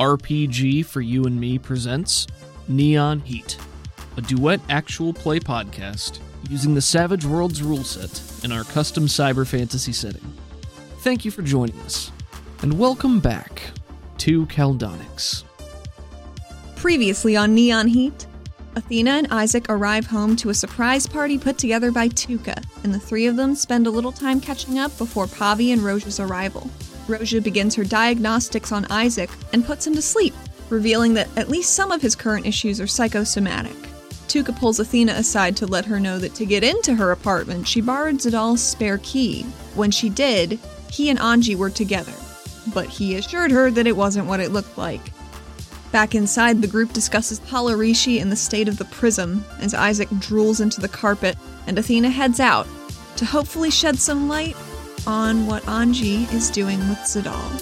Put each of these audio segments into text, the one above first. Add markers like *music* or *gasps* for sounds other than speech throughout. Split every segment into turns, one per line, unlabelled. RPG for You and Me presents Neon Heat, a duet actual play podcast using the Savage Worlds rule set in our custom cyber fantasy setting. Thank you for joining us, and welcome back to Caldonics.
Previously on Neon Heat, Athena and Isaac arrive home to a surprise party put together by Tuca, and the three of them spend a little time catching up before Pavi and Roja's arrival. Roja begins her diagnostics on Isaac and puts him to sleep, revealing that at least some of his current issues are psychosomatic. Tuca pulls Athena aside to let her know that to get into her apartment, she borrowed Zidal's spare key. When she did, he and Anji were together, but he assured her that it wasn't what it looked like. Back inside, the group discusses Polarishi and the state of the prism as Isaac drools into the carpet and Athena heads out to hopefully shed some light on what Anji is doing with Zidal.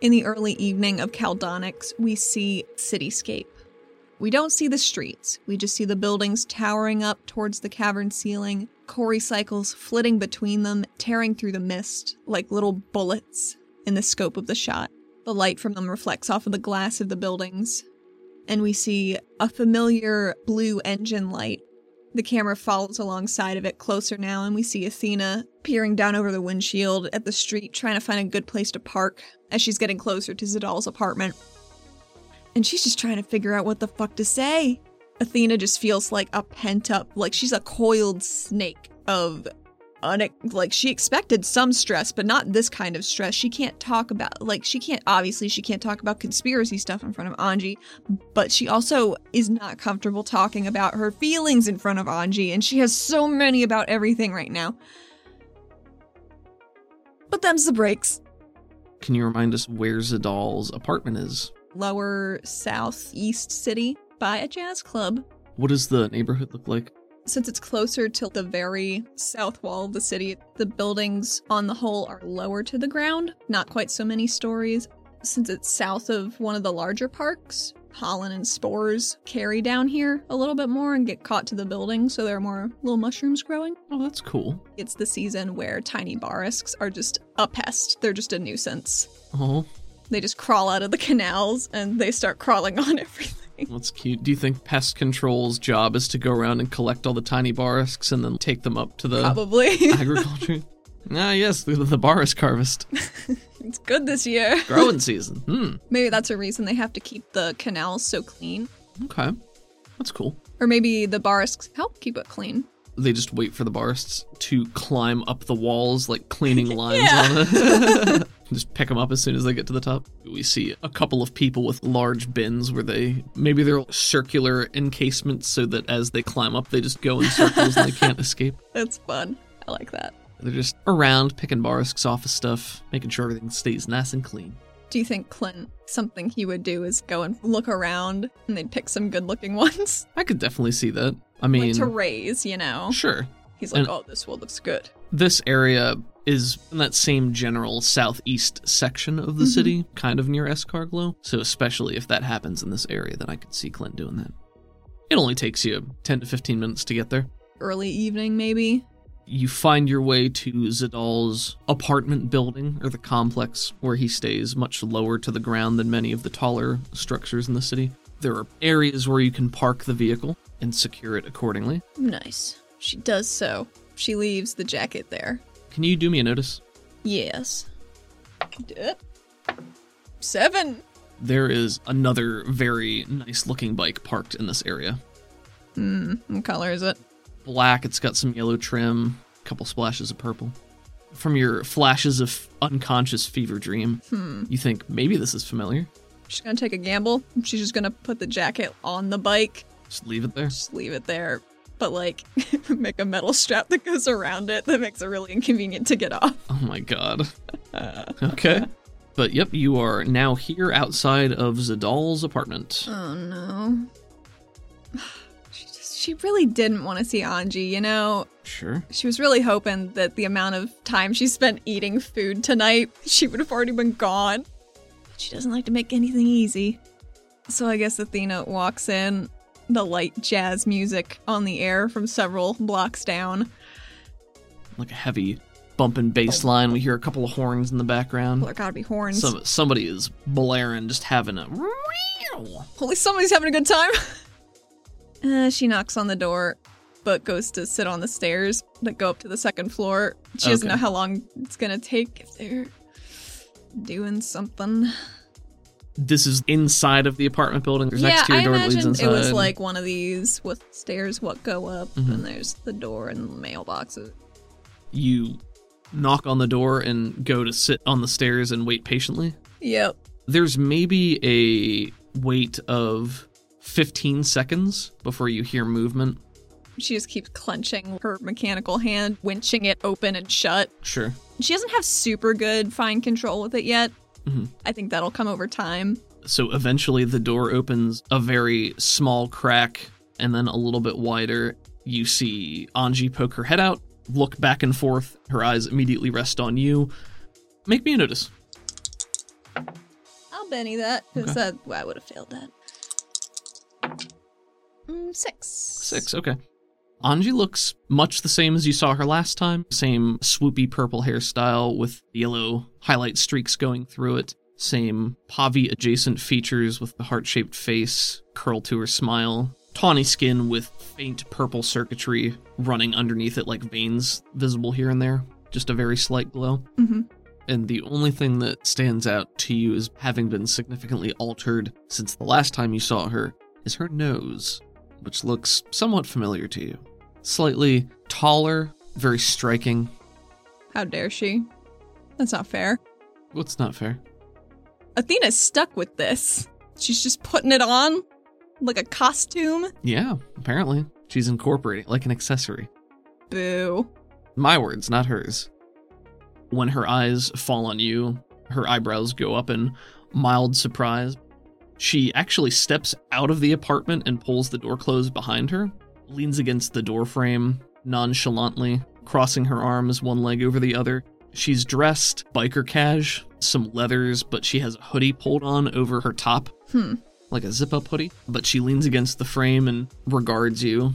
In the early evening of Caldonics, we see cityscape. We don't see the streets, we just see the buildings towering up towards the cavern ceiling, Cory cycles flitting between them, tearing through the mist like little bullets in the scope of the shot. The light from them reflects off of the glass of the buildings, and we see a familiar blue engine light. The camera follows alongside of it closer now, and we see Athena peering down over the windshield at the street, trying to find a good place to park as she's getting closer to Zidal's apartment. And she's just trying to figure out what the fuck to say. Athena just feels like a pent up, like she's a coiled snake of. Une- like she expected some stress, but not this kind of stress. She can't talk about, like, she can't, obviously, she can't talk about conspiracy stuff in front of Anji, but she also is not comfortable talking about her feelings in front of Anji, and she has so many about everything right now. But them's the breaks.
Can you remind us where Zidal's apartment is?
Lower southeast city by a jazz club.
What does the neighborhood look like?
Since it's closer to the very south wall of the city, the buildings on the whole are lower to the ground, not quite so many stories. Since it's south of one of the larger parks, pollen and spores carry down here a little bit more and get caught to the building, so there are more little mushrooms growing.
Oh, that's cool.
It's the season where tiny barrisks are just a pest, they're just a nuisance.
Oh,
They just crawl out of the canals and they start crawling on *laughs* everything.
that's cute. Do you think pest control's job is to go around and collect all the tiny barisks and then take them up to the
Probably. *laughs*
agriculture? ah, yes, the, the barisk harvest.
it's good this year.
Growing season. Hmm.
Maybe that's a reason they have to keep the canals so clean.
Okay. That's cool.
Or maybe the barisks help keep it clean.
They just wait for the barists to climb up the walls, like
*laughs*
cleaning lines
Yeah.
on
*laughs*
it. *laughs* just pick them up as soon as they get to the top. We see a couple of people with large bins where they maybe they're circular encasements so that as they climb up, they just go in circles and they
*laughs*
can't escape.
That's fun. I like that.
They're just around picking barisks off of stuff, making sure everything stays nice and clean.
Do you think Clint, something he would do is go and look around and they'd pick some good looking *laughs* ones?
I could definitely see that. I mean,
like to raise, you know?
sure.
He's like,
And-
oh, this one looks good.
this area is in that same general southeast section of the
Mhm.
city, kind of near Escarglow. So, especially if that happens in this area, then I could see Clint doing that. It only takes you 10 to 15 minutes to get there.
Early evening, maybe?
You find your way to Zidal's apartment building, or the complex where he stays, much lower to the ground than many of the taller structures in the city. There are areas where you can park the vehicle and secure it accordingly.
Nice. She does so. She leaves the jacket there.
Can you do me a notice?
Yes. Dup. Seven.
There is another very nice looking bike parked in this area.
What color is it?
black. It's got some yellow trim, a couple splashes of purple. from your flashes of unconscious fever dream.
Hmm.
You think maybe this is familiar.
She's gonna take a gamble. She's just gonna put the jacket on the bike,
Just leave it there.
just leave it there, but like *laughs* make a metal strap that goes around it that makes it really inconvenient to get off.
Oh my god. okay. But yep, you are now here outside of Zadal's apartment.
*laughs* Oh *sighs* no. She just she really didn't want to see Anji, you know?
Sure.
She was really hoping that the amount of time she spent eating food tonight, she would have already been gone. But she doesn't like to make anything easy. So I guess Athena walks in, the light jazz music on the air from several blocks down.
Like a heavy bump and bass line. We hear a couple of horns in the background.
Well, there gotta be horns.
Some, somebody is blaring, just having a.
Holy, somebody's having a good time. *laughs* uh, she knocks on the door, but goes to sit on the stairs that go up to the second floor. She doesn't
Okay.
know how long it's gonna take if they're doing something.
This is inside of the apartment building. There's an
yeah,
exterior
I
door that leads
imagine
inside.
it was like one of these with stairs what go up,
Mhm.
and there's the door and mailboxes.
you knock on the door and go to sit on the stairs and wait patiently.
Yep.
There's maybe a wait of 15 seconds before you hear movement.
She just keeps clenching her mechanical hand, winching it open and shut.
Sure.
She doesn't have super good fine control with it yet.
Mhm.
I think that'll come over time.
So eventually the door opens a very small crack and then a little bit wider. You see Anji poke her head out, look back and forth. Her eyes immediately rest on you. Make me a notice.
I'll Benny that because
Okay.
that well, I would have failed that. Mm, six.
Six, okay. Anji looks much the same as you saw her last time. Same swoopy purple hairstyle with yellow highlight streaks going through it. Same Pavi adjacent features with the heart shaped face, curl to her smile. Tawny skin with faint purple circuitry running underneath it like veins visible here and there. Just a very slight glow.
Mm-hmm.
And the only thing that stands out to you as having been significantly altered since the last time you saw her is her nose, which looks somewhat familiar to you. Slightly taller, very striking.
How dare she? That's not fair.
What's not fair?
Athena's stuck with this. She's just putting it on like a costume.
Yeah, apparently. She's incorporating it like an accessory.
Boo.
My words, not hers. When her eyes fall on you, her eyebrows go up in mild surprise. She actually steps out of the apartment and pulls the door closed behind her, leans against the doorframe nonchalantly, crossing her arms one leg over the other. She's dressed biker cash, some leathers, but she has a hoodie pulled on over her top,
Hmm.
like a zip up hoodie. But she leans against the frame and regards you.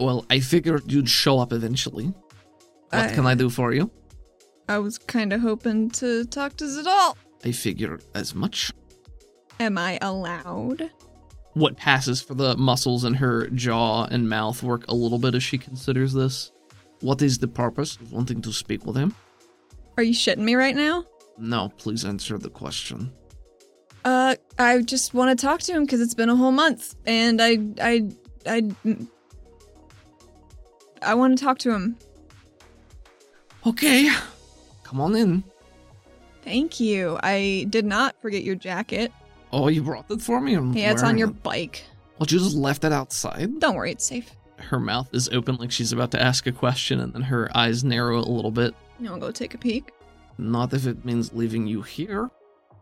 Well, I figured you'd show up eventually. What can I do for you?
I was kind of hoping to talk to Zadal.
I figure as much.
Am I allowed?
What passes for the muscles in her jaw and mouth work a little bit as she considers this. What is the purpose of wanting to speak with him?
Are you shitting me right now?
No, please answer the question.
Uh, I just want to talk to him because it's been a whole month, and I, I, I, mm, I want to talk to him.
Okay, come on in.
Thank you. I did not forget your jacket.
Oh, you brought it for me? I'm
Yeah, it's on
wearing
your
it.
bike.
Well, you just left it outside?
Don't worry, it's safe.
Her mouth is open like she's about to ask a question, and then her eyes narrow a little bit.
You want to go take a peek?
Not if it means leaving you here.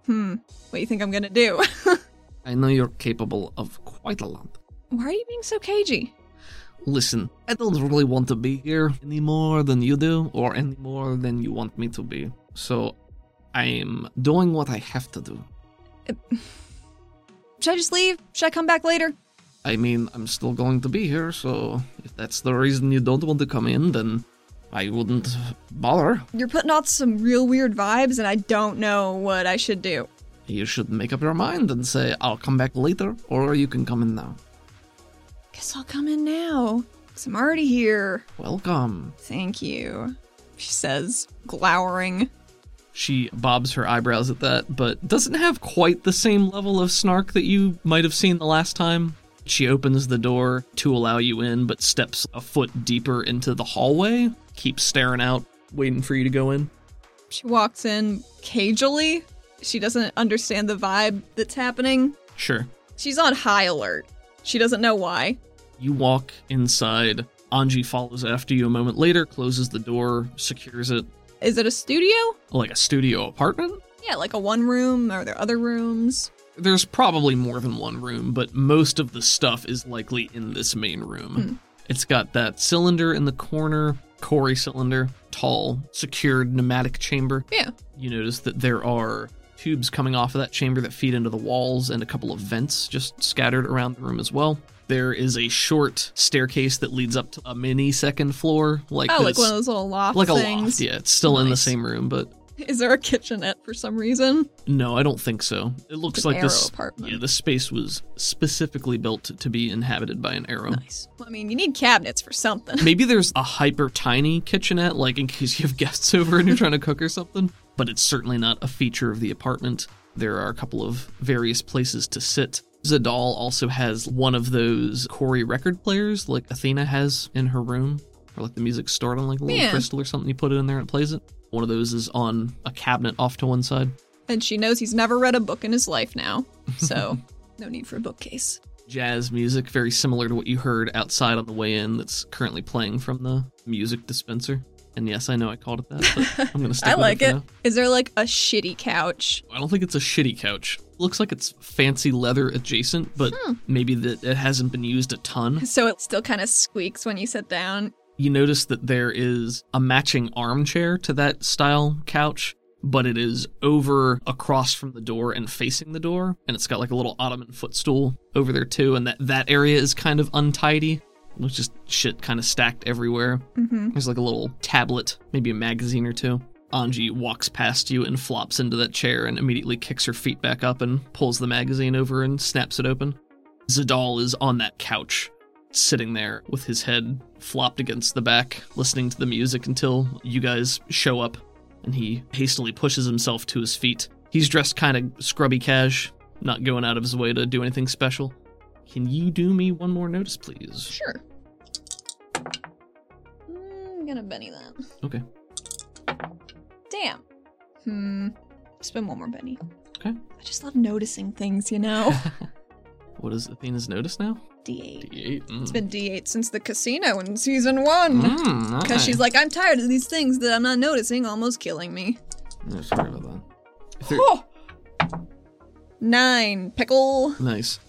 Hmm. What do you think I'm gonna do? *laughs*
I know you're capable of quite a lot.
Why are you being so cagey?
Listen, I don't really want to be here any more than you do, or any more than you want me to be. So I'm doing what I have to do.
Should I just leave? Should I come back later?
I mean, I'm still going to be here, so if that's the reason you don't want to come in, then I wouldn't bother.
You're putting out some real weird vibes, and I don't know what I should do.
You should make up your mind and say, I'll come back later, or you can come in now.
Guess I'll come in now. Cause I'm already here.
Welcome.
Thank you. She says, glowering.
She bobs her eyebrows at that, but doesn't have quite the same level of snark that you might have seen the last time. She opens the door to allow you in, but steps a foot deeper into the hallway, keeps staring out. waiting for you to go in.
She walks in cagily. She doesn't understand the vibe that's happening.
Sure.
She's on high alert. She doesn't know why.
You walk inside. Anji follows after you a moment later, closes the door, secures it.
Is it a studio?
Like a studio apartment?
Yeah, like a one room. Are there other rooms?
There's probably more than one room, but most of the stuff is likely in this main room.
Hmm.
It's got that cylinder in the corner, Cory cylinder, tall, secured pneumatic chamber.
Yeah.
You notice that there are tubes coming off of that chamber that feed into the walls and a couple of vents just scattered around the room as well. There is a short staircase that leads up to a mini second floor, like
oh, like
this.
one of those little loft
like a loft.
things.
Yeah, it's still in the
Nice.
same room, but
*laughs* Is there a kitchenette for some reason?
no, I don't think so. It looks
It's an
like
arrow
this
apartment.
Yeah, this space was specifically built to be inhabited by an arrow.
Nice. Well, I mean, you need cabinets for something. *laughs*
Maybe there's a hyper tiny kitchenette, like in case you have *laughs* guests over and you're trying to cook or something, but it's certainly not a feature of the apartment. There are a couple of various places to sit. Zadal also has one of those Corey record players, like Athena has in her room, or like the music stored on like a little
Yeah.
crystal or something. You put it in there and it plays it. One of those is on a cabinet off to one side.
And she knows he's never read a book in his
*laughs*
life now. So, no need for a bookcase.
jazz music, very similar to what you heard outside on the way in that's currently playing from the music dispenser. And yes, I know I called it that,
*laughs*
but I'm going to stick
I
with
like
it.
it.
for now.
Is there like a shitty couch?
I don't think it's a shitty couch. Looks like it's fancy leather adjacent, but
Hmm.
maybe that it hasn't been used a ton.
So it still kind of squeaks when you sit down.
You notice that there is a matching armchair to that style couch, but it is over across from the door and facing the door, and it's got like a little ottoman footstool over there too, and that that area is kind of untidy. It's just shit kind of stacked everywhere.
Mm-hmm.
There's like a little tablet, maybe a magazine or two. Anji walks past you and flops into that chair and immediately kicks her feet back up and pulls the magazine over and snaps it open. Zadal is on that couch, sitting there with his head flopped against the back, listening to the music until you guys show up, and he hastily pushes himself to his feet. He's dressed kind of scrubby cash, not going out of his way to do anything special. Can you do me one more notice, please?
Sure. Mm, I'm gonna Benny that.
Okay.
Damn. Hmm. Spend one more Benny.
Okay.
I just love noticing things,
*laughs*
you know?
What is Athena's notice now?
D8.
D8. mm.
It's been D8 since the casino in season one. *laughs*
Mm,
Because she's like, I'm tired of these things that I'm not noticing almost killing me.
sorry about that. If there-
Oh! Nine. Pickle.
nice.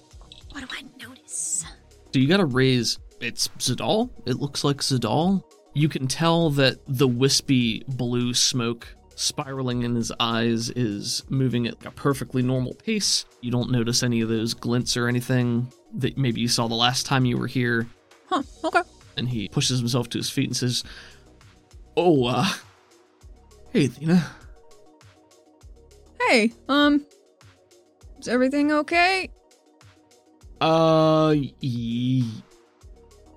What do I notice?
So you got to raise. It's Zadal. It looks like Zadal. You can tell that the wispy blue smoke spiraling in his eyes is moving at a perfectly normal pace. You don't notice any of those glints or anything that maybe you saw the last time you were here.
Huh. Okay.
And he pushes himself to his feet and says, "Oh, uh, hey, Athena.
Hey, um. Is everything okay?
Uh, y-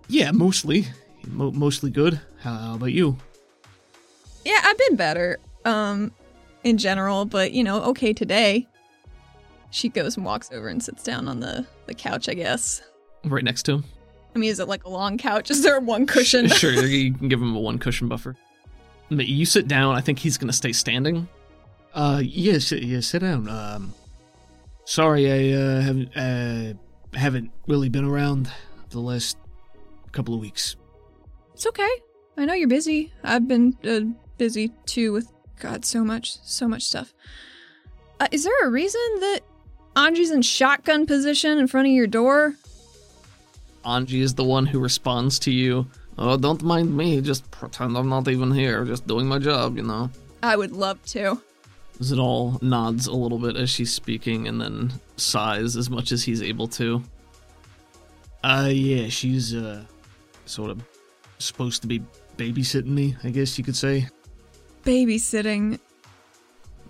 yeah, mostly, Mo- mostly good. How about you?
Yeah, I've been better, um, in general, but you know, okay today. She goes and walks over and sits down on the, the couch, I guess.
Right next to him.
I mean, is it like a long couch? Is there one cushion?
*laughs* sure, you can give him a one cushion buffer. But you sit down. I think he's gonna stay standing. Uh, yes, yeah, sit down. Um, sorry, I uh, haven't uh, haven't really been around the last couple of weeks.
It's okay. I know you're busy. I've been uh, busy too with God, so much, so much stuff. Uh, is there a reason that Anji's in shotgun position in front of your door?
Anji is the one who responds to you. Oh, don't mind me. Just pretend I'm not even here. Just doing my job, you know.
I would love to.
Zadal nods a little bit as she's speaking and then sighs as much as he's able to. Uh, yeah, she's, uh, sort of supposed to be babysitting me, I guess you could say.
Babysitting.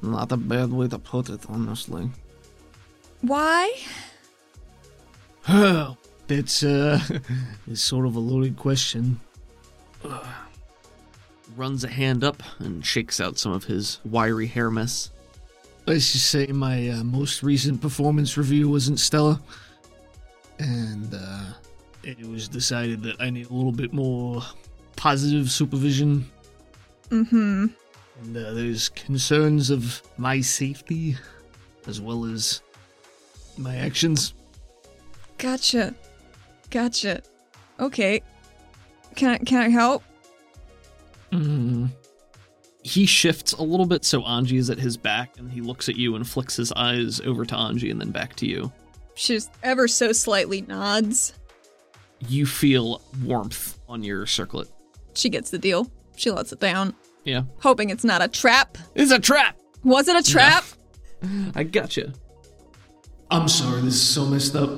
Not a bad way to put it, honestly.
Why?
Oh, that's,
*laughs*
uh, it's sort of a loaded question. Ugh. *sighs* Runs a hand up and shakes out some of his wiry hair mess.
Let's just say my uh, most recent performance review wasn't stellar, and uh, it was decided that I need a little bit more positive supervision.
Mm hmm.
And uh, there's concerns of my safety as well as my actions.
Gotcha. Gotcha. Okay. Can I, can I help?
Mm. He shifts a little bit so Anji is at his back and he looks at you and flicks his eyes over to Anji and then back to you.
She just ever so slightly nods.
You feel warmth on your circlet.
She gets the deal. She lets it down,
Yeah.
hoping it's not a trap.
It's a trap!
Was it a trap?
I gotcha.
I'm sorry, this is so messed up.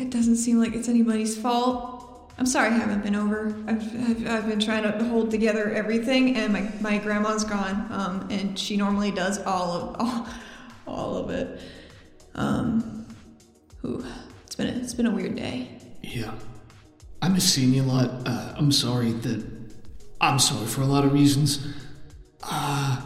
It doesn't seem like it's anybody's fault. I'm sorry I haven't been over. I've, I've, I've been trying to hold together everything, and my, my grandma's gone, um, and she normally does all of *laughs* all, all of it. Um, ooh, it's been a, it's been a weird day.
Yeah. I miss seeing you a lot. Uh, I'm sorry that. I'm sorry for a lot of reasons. Uh,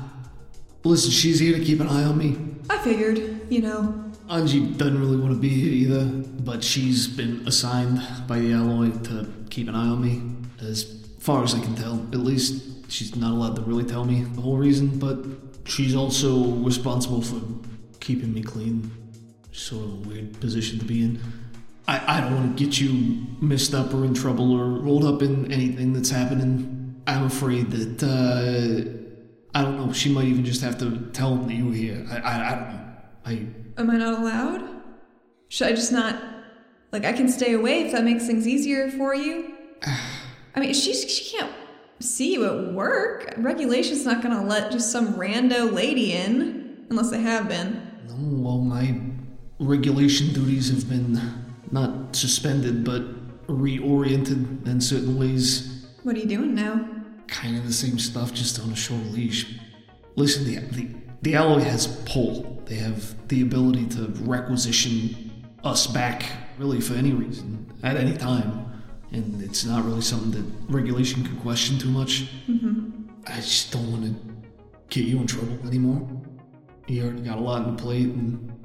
listen, she's here to keep an eye on me.
I figured, you know,
Anji doesn't really want to be here either, but she's been assigned by the alloy to keep an eye on me. As far as I can tell, at least she's not allowed to really tell me the whole reason, but she's also responsible for keeping me clean. Sort of a weird position to be in. I, I don't want to get you messed up or in trouble or rolled up in anything that's happening. I'm afraid that, uh, I don't know, she might even just have to tell them that you were here. I, I, I don't know. I
am I not allowed? Should I just not? Like, I can stay away if that makes things easier for you. *sighs* I mean, she she can't see you at work. Regulation's not gonna let just some rando lady in, unless they have been.
No, well, my regulation duties have been not suspended, but reoriented in certain ways.
What are you doing now?
Kind of the same stuff, just on a shorter leash. Listen, the, the, the alloy has pull. They have the ability to requisition us back, really, for any reason, at any time. And it's not really something that regulation can question too much. I just don't want to get you in trouble anymore. You already got a lot on the plate, and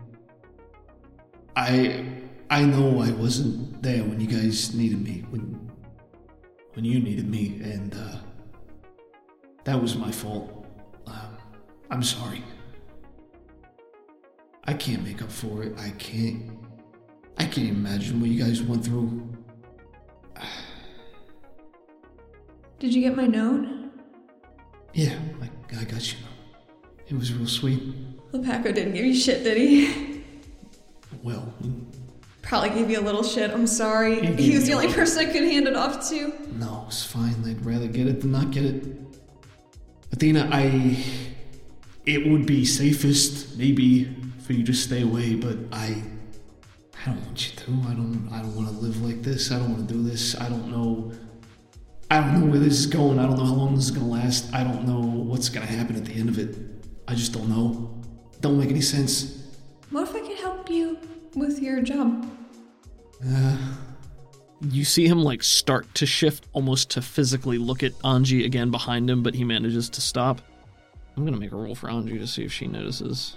I I know I wasn't there when you guys needed me when when you needed me, and uh, that was my fault. Um, I'm sorry. I can't make up for it. I can't. I can't imagine what you guys went through.
Did you get my note?
Yeah, I, I got you. It was real sweet.
Lepaco didn't give you shit, did he? *laughs*
Well,
Probably gave you a little shit. I'm sorry.
He
He
gave
was the
me a
only
lot.
person I could hand it off to.
No, it's fine. I'd rather get it than not get it. Athena, I. It would be safest, maybe, for you to stay away, but I. I don't want you to. I don't. I don't want to live like this. I don't want to do this. I don't know. I don't know where this is going. I don't know how long this is gonna last. I don't know what's gonna happen at the end of it. I just don't know. Don't make any sense.
What if I could help you with your job?
Uh,
You see him like start to shift almost to physically look at Anji again behind him, but he manages to stop. I'm gonna make a roll for Anji to see if she notices.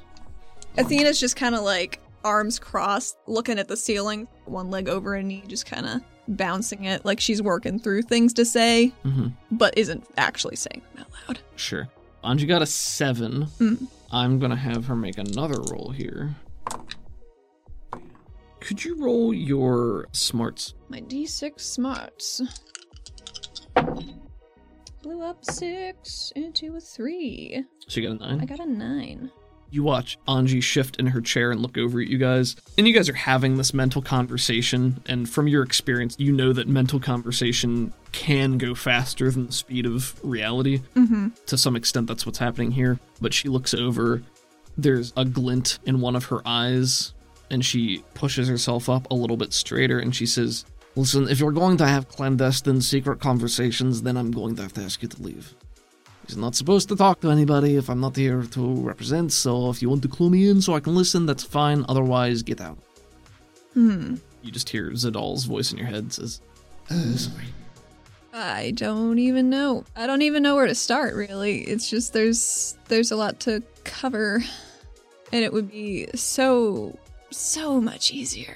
Athena's just kind of like arms crossed, looking at the ceiling, one leg over a knee, just kind of bouncing it like she's working through things to say,
Mm-hmm.
but isn't actually saying them out loud.
Sure. Anji got a seven.
Mm.
I'm gonna have her make another roll here. Could you roll your smarts?
My D6 smarts. Blew up six into a three.
So you got a nine.
I got a nine.
You watch Anji shift in her chair and look over at you guys, and you guys are having this mental conversation. And from your experience, you know that mental conversation can go faster than the speed of reality. Mm-hmm. To some extent, that's what's happening here. But she looks over, there's a glint in one of her eyes, and she pushes herself up a little bit straighter and she says, Listen, if you're going to have clandestine secret conversations, then I'm going to have to ask you to leave. He's not supposed to talk to anybody if I'm not here to represent, so if you want to clue me in so I can listen, that's fine. Otherwise, get out. Hmm.
Hmm.
You just hear Zadal's voice in your head says,
uh, sorry.
I don't even know. I don't even know where to start really. It's just there's there's a lot to cover and it would be so so much easier.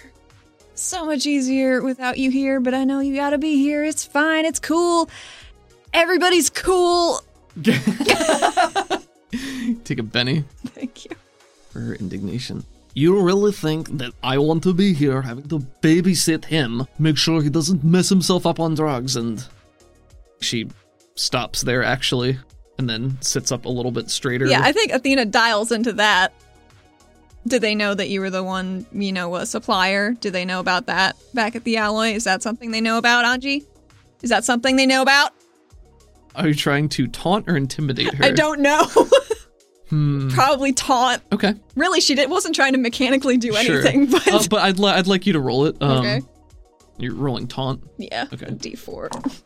So much easier without you here, but I know you got to be here. It's fine. It's cool. *laughs* Everybody's cool.
Take a penny
Thank you.
for her indignation. You really think that I want to be here having to babysit him, make sure he doesn't mess himself up on drugs, and. She stops there, actually, and then sits up a little bit straighter.
Yeah, I think Athena dials into that. Did they know that you were the one, you know, a supplier? Did they know about that back at the alloy? Is that something they know about, Anji? Is that something they know about?
Are you trying to taunt or intimidate her?
I don't know. *laughs*
Hmm.
Probably taunt.
Okay.
Really, she did, wasn't trying to mechanically do *laughs*
sure.
anything, but
Uh, but I'd, li- I'd like you to roll it. Um,
Okay.
You're rolling taunt.
yeah,
okay.
D4.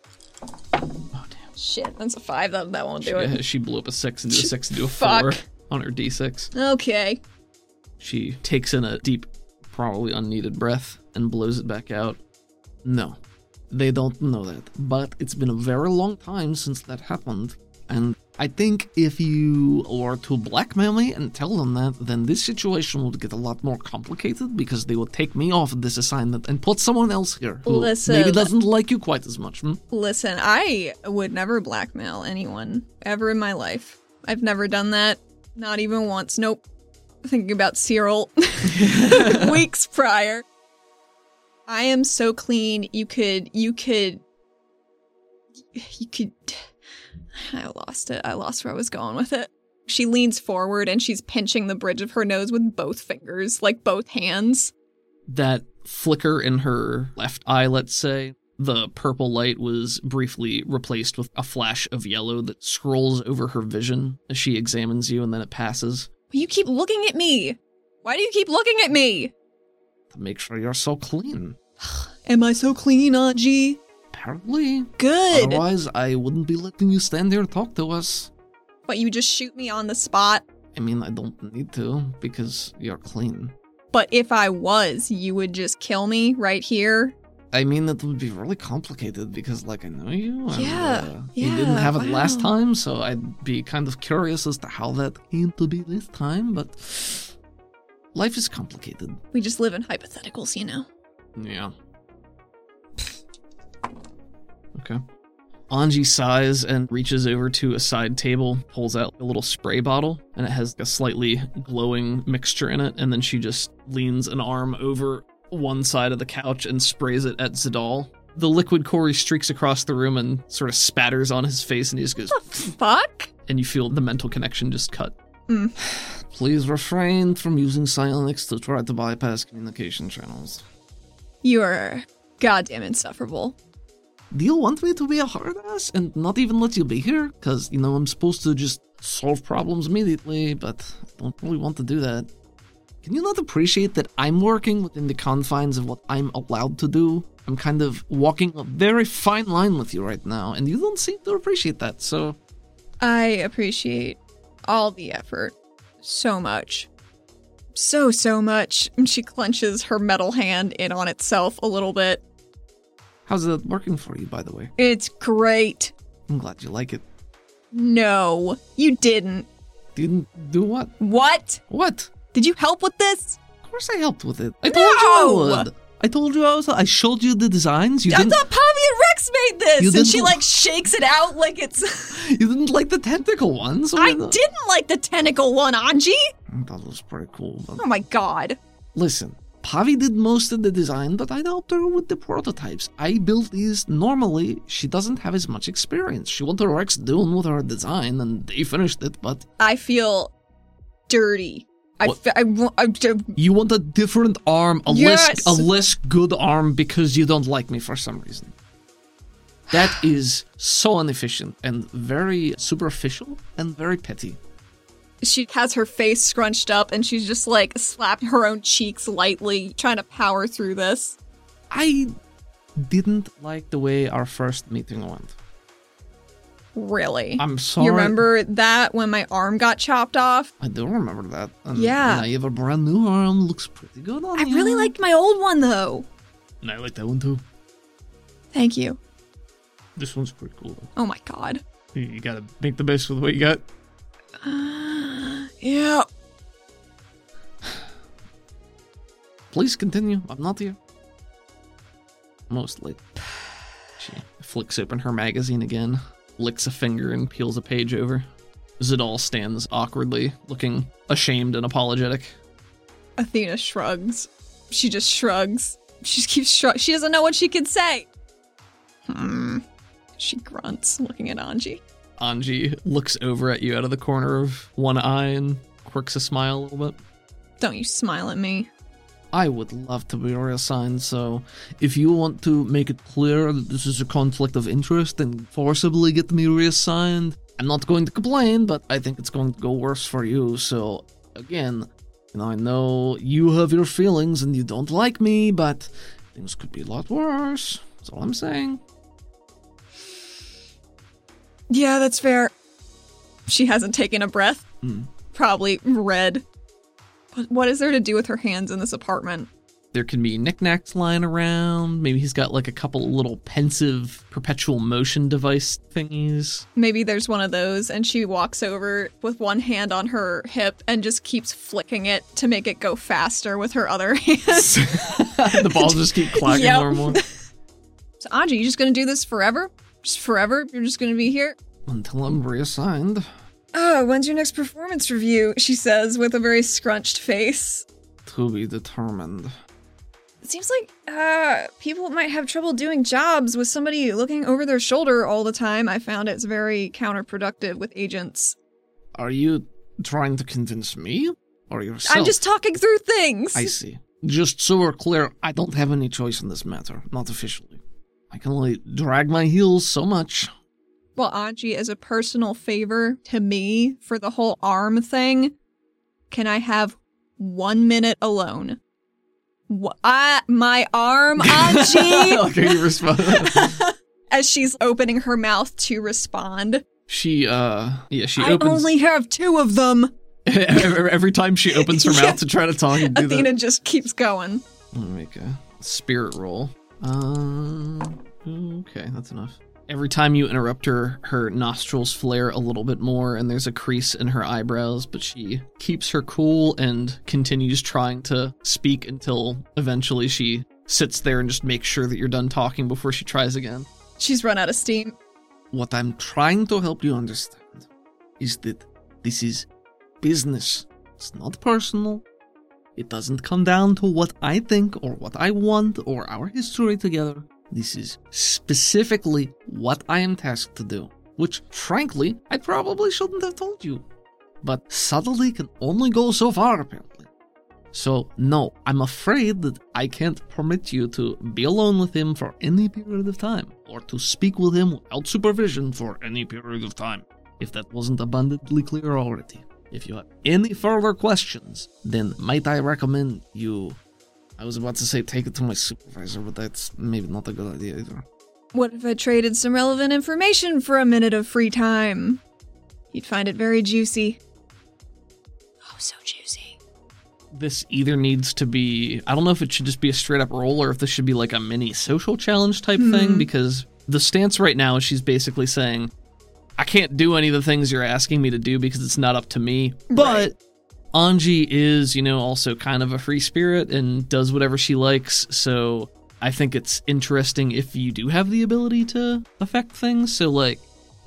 Oh, damn.
Shit, that's a five. That, that won't do
Yeah,
it.
Uh, she blew up a six into a six into a
Fuck.
four on her d6.
Okay.
She takes in a deep, probably unneeded breath and blows it back out. No, they don't know that. But it's been a very long time since that happened. And I think if you were to blackmail me and tell them that, then this situation would get a lot more complicated because they would take me off of this assignment and put someone else here who maybe
Listen.
doesn't like you quite as much. Hmm?
Listen, I would never blackmail anyone ever in my life. I've never done that, not even once. Nope. Thinking about Cyril *laughs* weeks prior. I am so clean. You could, you could, you could. I lost it. I lost where I was going with it. She leans forward and she's pinching the bridge of her nose with both fingers, like both hands.
that flicker in her left eye, let's say, the purple light was briefly replaced with a flash of yellow that scrolls over her vision as she examines you and then it passes.
Will you keep looking at me? Why do you keep looking at me?
To make sure you're so clean.
Am I so clean, Aunt G?
Apparently.
Good.
Otherwise, I wouldn't be letting you stand here and talk to us.
But you just shoot me on the spot.
I mean, I don't need to because you're clean.
But if I was, you would just kill me right here.
I mean, it would be really complicated because, like, I know you. And,
Yeah,
Uh, You didn't
yeah,
have it last
wow.
time, so I'd be kind of curious as to how that came to be this time, but life is complicated.
We just live in hypotheticals, you know.
Yeah. Okay. Anji sighs and reaches over to a side table, pulls out a little spray bottle, and it has a slightly glowing mixture in it. And then she just leans an arm over one side of the couch and sprays it at Zidal. The liquid Corey streaks across the room and sort of spatters on his face, and he just goes, *laughs*
Fuck.
and you feel the mental connection just cut.
Mm.
*sighs* Please refrain from using psionics to try to bypass communication channels.
You are goddamn insufferable.
Do you want me to be a hard ass and not even let you be here? Because, you know, I'm supposed to just solve problems immediately, but I don't really want to do that. Can you not appreciate that I'm working within the confines of what I'm allowed to do? I'm kind of walking a very fine line with you right now, and you don't seem to appreciate that, so.
I appreciate all the effort so much. So, so much. *laughs* And she clenches her metal hand in on itself a little bit.
How's that working for you, by the way?
It's great.
I'm glad you like it.
No, you didn't.
Didn't do what?
What?
What?
Did you help with this?
Of course I helped with it. I told you I
No!
would. I told you I was. I showed you the designs. You
I
didn't.
thought Pavi and Rex made
You
this, and
didn't-
she like shakes it out
*laughs*
like it's. *laughs*
You didn't like the tentacle ones.
I
Why not?
didn't like the tentacle one, Anji.
I thought it Mm, was pretty cool. But
Oh my god.
listen, Pavi did most of the design, but I helped her with the prototypes. I built these normally. She doesn't have as much experience. She wanted Rex doing with her design, and they finished it. But
I feel dirty. I,
What?
fe- I, wa- I don't-
you want a different arm, a
Yes!
less a less good arm, because you don't like me for some reason. That is so inefficient and very superficial and very petty.
she has her face scrunched up and she's just like slapping her own cheeks lightly, trying to power through this.
I didn't like the way our first meeting went.
Really?
I'm sorry.
You remember that when my arm got chopped off?
I do remember that. And
Yeah.
Now you have a brand new arm. Looks pretty good on
I
you.
really liked my old one though.
And I like that one too.
Thank you.
This one's pretty cool.
Oh my god.
You, you gotta make the best with what you got.
Yeah.
Please continue. I'm not here. Mostly. She flicks open her magazine again, licks a finger and peels a page over. Zidal stands awkwardly, looking ashamed and apologetic.
Athena shrugs. She just shrugs. She just keeps shrug. She doesn't know what she can say. Hmm. She grunts, looking at Anji.
Anji looks over at you out of the corner of one eye and quirks a smile a little bit.
Don't you smile at me.
I would love to be reassigned, so if you want to make it clear that this is a conflict of interest and forcibly get me reassigned, I'm not going to complain, but I think it's going to go worse for you, so again, you know, I know you have your feelings and you don't like me, but things could be a lot worse. That's all I'm saying.
Yeah, that's fair. She hasn't taken a breath.
Mm.
Probably red. What, what is there to do with her hands in this apartment?
There can be knickknacks lying around. Maybe he's got like a couple little pensive perpetual motion device thingies. *laughs*
Maybe there's one of those, and she walks over with one hand on her hip and just keeps flicking it to make it go faster with her other *laughs* hand.
the balls just keep clacking
Yep.
more and more.
So, Anji, you just gonna do this forever? Just forever? You're just gonna be here?
Until I'm reassigned.
Oh, when's your next performance review? She says with a very scrunched face.
To be determined.
It seems like uh, people might have trouble doing jobs with somebody looking over their shoulder all the time. I found it's very counterproductive with agents.
Are you trying to convince me? Or yourself?
I'm just talking through things.
I see. Just so we're clear, I don't have any choice in this matter, not officially. I can only drag my heels so
*laughs*
much. *laughs*
well, Anji, as a personal favor to me for the whole arm thing, can I have one minute alone? Wh- I, my arm, Anji.
like how you respond.
as she's opening her mouth to respond.
She, uh, yeah, she
I
opens.
only have two of them.
every *laughs* every time she opens her
*laughs* Yeah.
mouth to try to talk and do
Athena
that.
just keeps going.
Let me make a spirit roll. Um, okay, that's enough. Every time you interrupt her, her nostrils flare a little bit more, and there's a crease in her eyebrows, but she keeps her cool and continues trying to speak until eventually she sits there and just makes sure that you're done talking before she tries again.
She's run out of steam.
What I'm trying to help you understand is that this is business. It's not personal. It doesn't come down to what I think or what I want or our history together. This is specifically what I am tasked to do, which frankly, I probably shouldn't have told you. But subtlety can only go so far, apparently. So, no, I'm afraid that I can't permit you to be alone with him for any period of time, or to speak with him without supervision for any period of time, if that wasn't abundantly clear already. If you have any further questions, then might I recommend you. I was about to say take it to my supervisor, but that's maybe not a good idea either.
What if I traded some relevant information for a minute of free time? You'd find it very juicy. Oh, so juicy.
This either needs to be. I don't know if it should just be a straight up roll or if this should be like a mini social challenge type thing, because the stance right now is she's basically saying, I can't do any of the things you're asking me to do because it's not up to me. But Anji is, you know, also kind of a free spirit and does whatever she likes. So I think it's interesting if you do have the ability to affect things. So, like,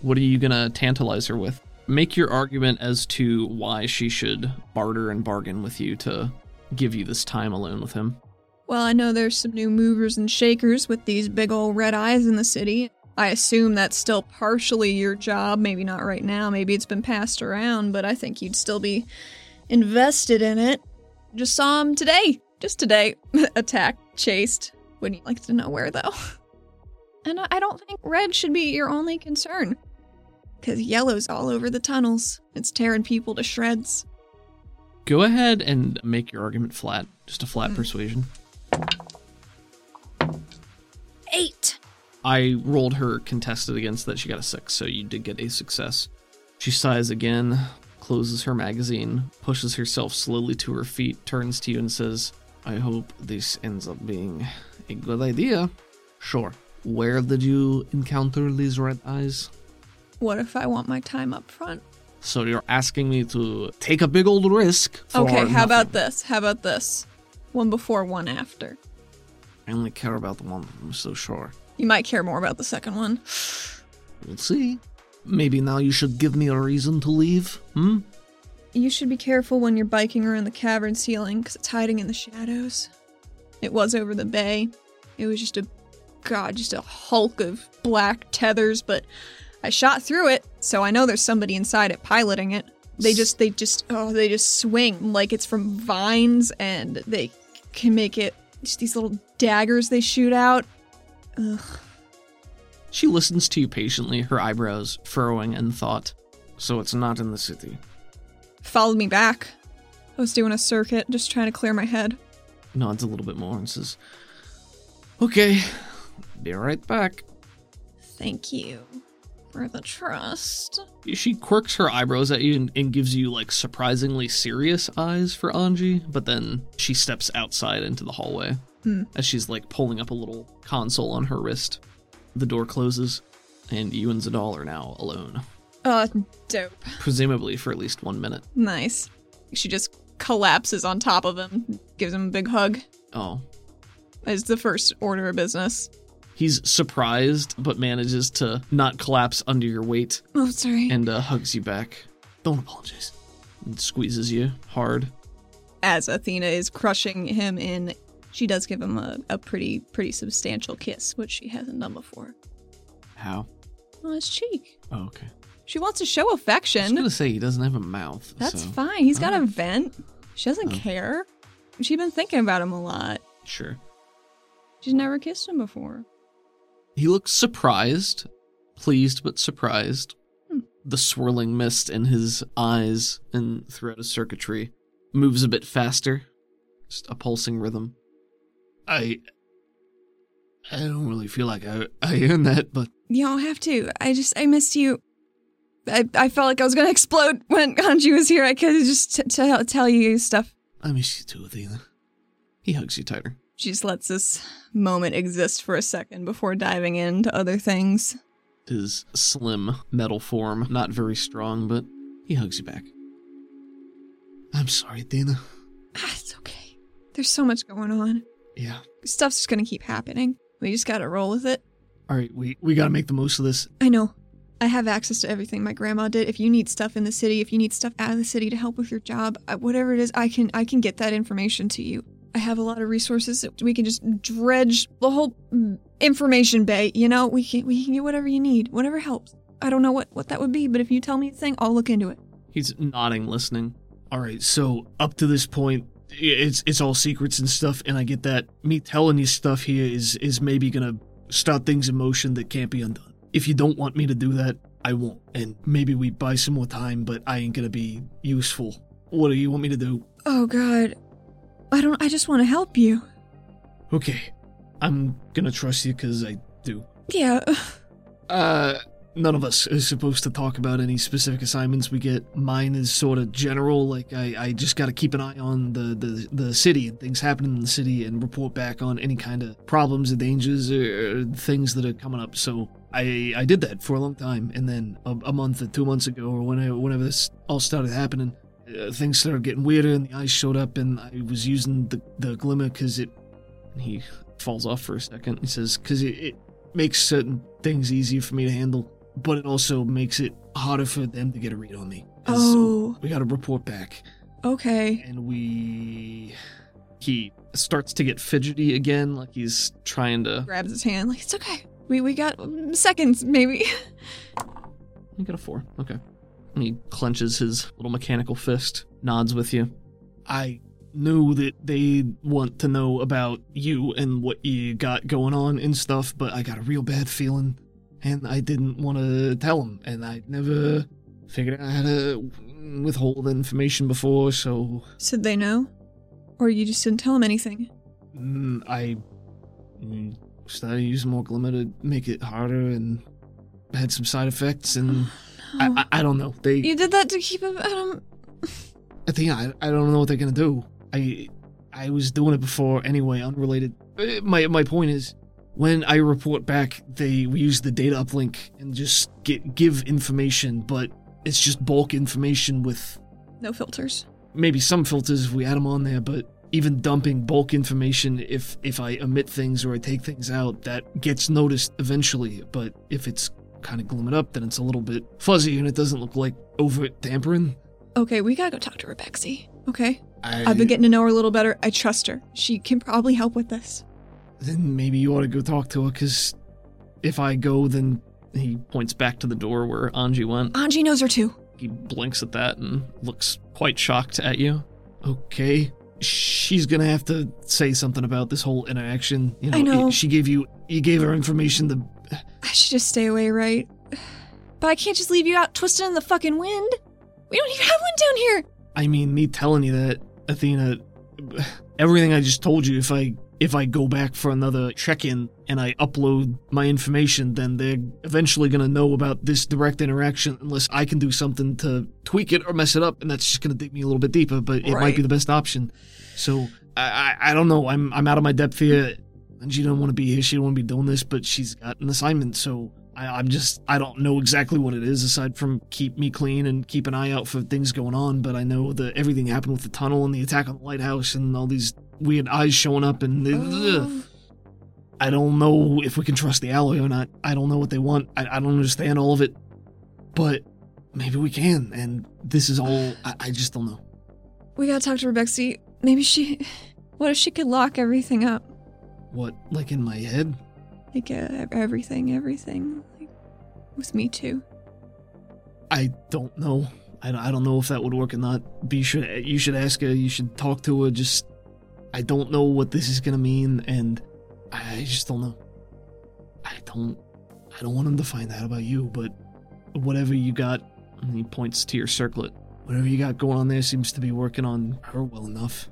what are you going to tantalize her with? Make your argument as to why she should barter and bargain with you to give you this time alone with him.
Well, I know there's some new movers and shakers with these big old red eyes in the city. I assume that's still partially your job. Maybe not right now. Maybe it's been passed around, but I think you'd still be invested in it. Just saw him today. Just today. *laughs* Attacked, chased. Wouldn't like to know where, though. *laughs* And I I don't think red should be your only concern. Because yellow's all over the tunnels. It's tearing people to shreds.
Go ahead and make your argument flat, just a flat persuasion.
Eight!
I rolled her contested against that. She got a six, so you did get a success. She sighs again, closes her magazine, pushes herself slowly to her feet, turns to you, and says, I hope this ends up being a good idea. Sure. Where did you encounter these red eyes?
What if I want my time up front?
So you're asking me to take a big old risk. For
Okay, how
nothing.
about this? How about this? One before, one after.
I only care about the one. I'm so sure.
You might care more about the second one.
We'll see.
Maybe now you should give me a reason to leave, hmm?
You should be careful when you're biking around the cavern ceiling because it's hiding in the shadows. It was over the bay. It was just a, god, just a hulk of black tethers, but I shot through it, so I know there's somebody inside it piloting it. They just, they just, oh, they just swing like it's from vines and they can make it just these little daggers they shoot out.
She listens to you patiently, her eyebrows furrowing in thought. So it's not in the city.
Followed me back. I was doing a circuit, just trying to clear my head.
Nods a little bit more and says, Okay, be right back.
Thank you for the trust.
She quirks her eyebrows at you and, and gives you like surprisingly serious eyes for Anji, but then she steps outside into the hallway as she's like pulling up a little console on her wrist. The door closes, and you and Zadal are now alone,
Uh, dope.
presumably for at least one minute.
Nice. She just collapses on top of him, gives him a big hug.
Oh,
It's the first order of business.
he's surprised but manages to not collapse under your weight
Oh, sorry.
and uh, hugs you back. Don't apologize. And squeezes you hard.
As Athena is crushing him in, she does give him a, a pretty, pretty substantial kiss, which she hasn't done before.
How?
On his cheek.
Oh, okay.
She wants to show
I was
affection.
gonna say he doesn't have a mouth.
That's
so- Oh.
fine. He's got a vent. She doesn't care. She's been thinking about him a lot.
Sure.
She's never kissed him before.
He looks surprised, pleased but surprised.
Hmm.
The swirling mist in his eyes and throughout his circuitry moves a bit faster, just a pulsing rhythm.
I. I don't really feel like I, I earned that, but
You don't have to. I just, I missed you. I, I felt like I was going to explode when *laughs* Anji was here. I could just t- t- tell you stuff.
I miss you too, Athena.
He hugs you tighter.
She just lets this moment exist for a second before diving into other things.
His slim metal form, not very strong, but he hugs you back.
I'm sorry, Athena.
Ah, it's okay. There's so much going on.
Yeah.
Stuff's just going to keep happening. We just got to roll with it.
All right, we, we gotta make the most of this.
I know. I have access to everything my grandma did. If you need stuff in the city, if you need stuff out of the city to help with your job, I- whatever it is, I can I can get that information to you. I have a lot of resources. that We can just dredge the whole mm, information bay. You know, we can we can get whatever you need, whatever helps. I don't know what what that would be, but if you tell me a thing, I'll look into it.
He's nodding, listening.
All right, so up to this point, i- it's it's all secrets and stuff, and I get that. Me telling you stuff here is is maybe gonna start things in motion that can't be undone. If you don't want me to do that, I won't, and maybe we buy some more time. But I ain't gonna be useful. What do you want me to do?
Oh God, I don't. I just want to help you.
Okay, I'm gonna trust you because I do.
Yeah.
Uh, none of us is supposed to talk about any specific assignments we get. Mine is sort of general, like I, I just got to keep an eye on the, the, the city and things happening in the city and report back on any kind of problems or dangers or, or things that are coming up. So I I did that for a long time, and then a, a month or two months ago or whenever whenever this all started happening. Uh, things started getting weirder, and the eyes showed up, and I was using the, the glimmer because it
And he falls off for a second.
he says, because it, it makes certain things easier for me to handle, but it also makes it harder for them to get a read on me. And so
Oh.
we got to report back,
Okay.
and we.
He starts to get fidgety again, like he's trying to.
Grabs his hand like it's okay. We we got mm, seconds maybe.
You got a four. Okay. And he clenches his little mechanical fist, nods with you.
I knew that they want to know about you and what you got going on and stuff, but I got a real bad feeling, and I didn't want to tell them, and I never figured out how to withhold information before, so
Should they know? Or you just didn't tell them anything?
Mm, I mm, started using more glimmer to make it harder and had some side effects and I, I, I don't know. They
You did that to keep him um
I think I, I don't know what they're gonna do. I I was doing it before anyway, unrelated. Uh, My my point is, when I report back, they use the data uplink and just get give information, but it's just bulk information with
no filters.
maybe some filters if we add them on there, but even dumping bulk information, if if I omit things or I take things out, that gets noticed eventually. But if it's kind of gloom it up, then it's a little bit fuzzy and it doesn't look like overt tampering.
Okay, we gotta go talk to Rebexy. Okay.
I,
I've been getting to know her a little better. I trust her. She can probably help with this.
Then maybe you ought to go talk to her, because if I go, then
He points back to the door where Anji went.
Anji knows her too.
He blinks at that and looks quite shocked at you.
okay, she's gonna have to say something about this whole interaction. You know,
I know.
it- she gave you you gave her information. The
I should just stay away, right? *sighs* But I can't just leave you out twisting in the fucking wind. We don't even have one down here.
I mean, me telling you that Athena, everything I just told you. If I if I go back for another check-in and I upload my information, then they're eventually gonna know about this direct interaction unless I can do something to tweak it or mess it up, and that's just gonna dig me a little bit deeper. But it might
Right.
be the best option. So I I, I don't know. I'm I'm out of my depth here. And she doesn't want to be here. She don't want to be doing this, but she's got an assignment. So I, I'm just, I don't know exactly what it is aside from keep me clean and keep an eye out for things going on. But I know that everything happened with the tunnel and the attack on the lighthouse and all these weird eyes showing up. And
Oh.
I don't know if we can trust the alloy or not. I don't know what they want. I, I don't understand all of it. But maybe we can. And this is all, I, I just don't know.
We gotta talk to Rebexy. Maybe she. *laughs* What if she could lock everything up?
What, like in my head?
Like uh, everything, everything. Like, with me too.
I don't know. I, I don't know if that would work or not. Be should you should ask her. You should talk to her. Just I don't know what this is gonna mean, and I just don't know. I don't. I don't want him to find out about you, but whatever you got, and he points to your circlet. Whatever you got going on there seems to be working on her well enough.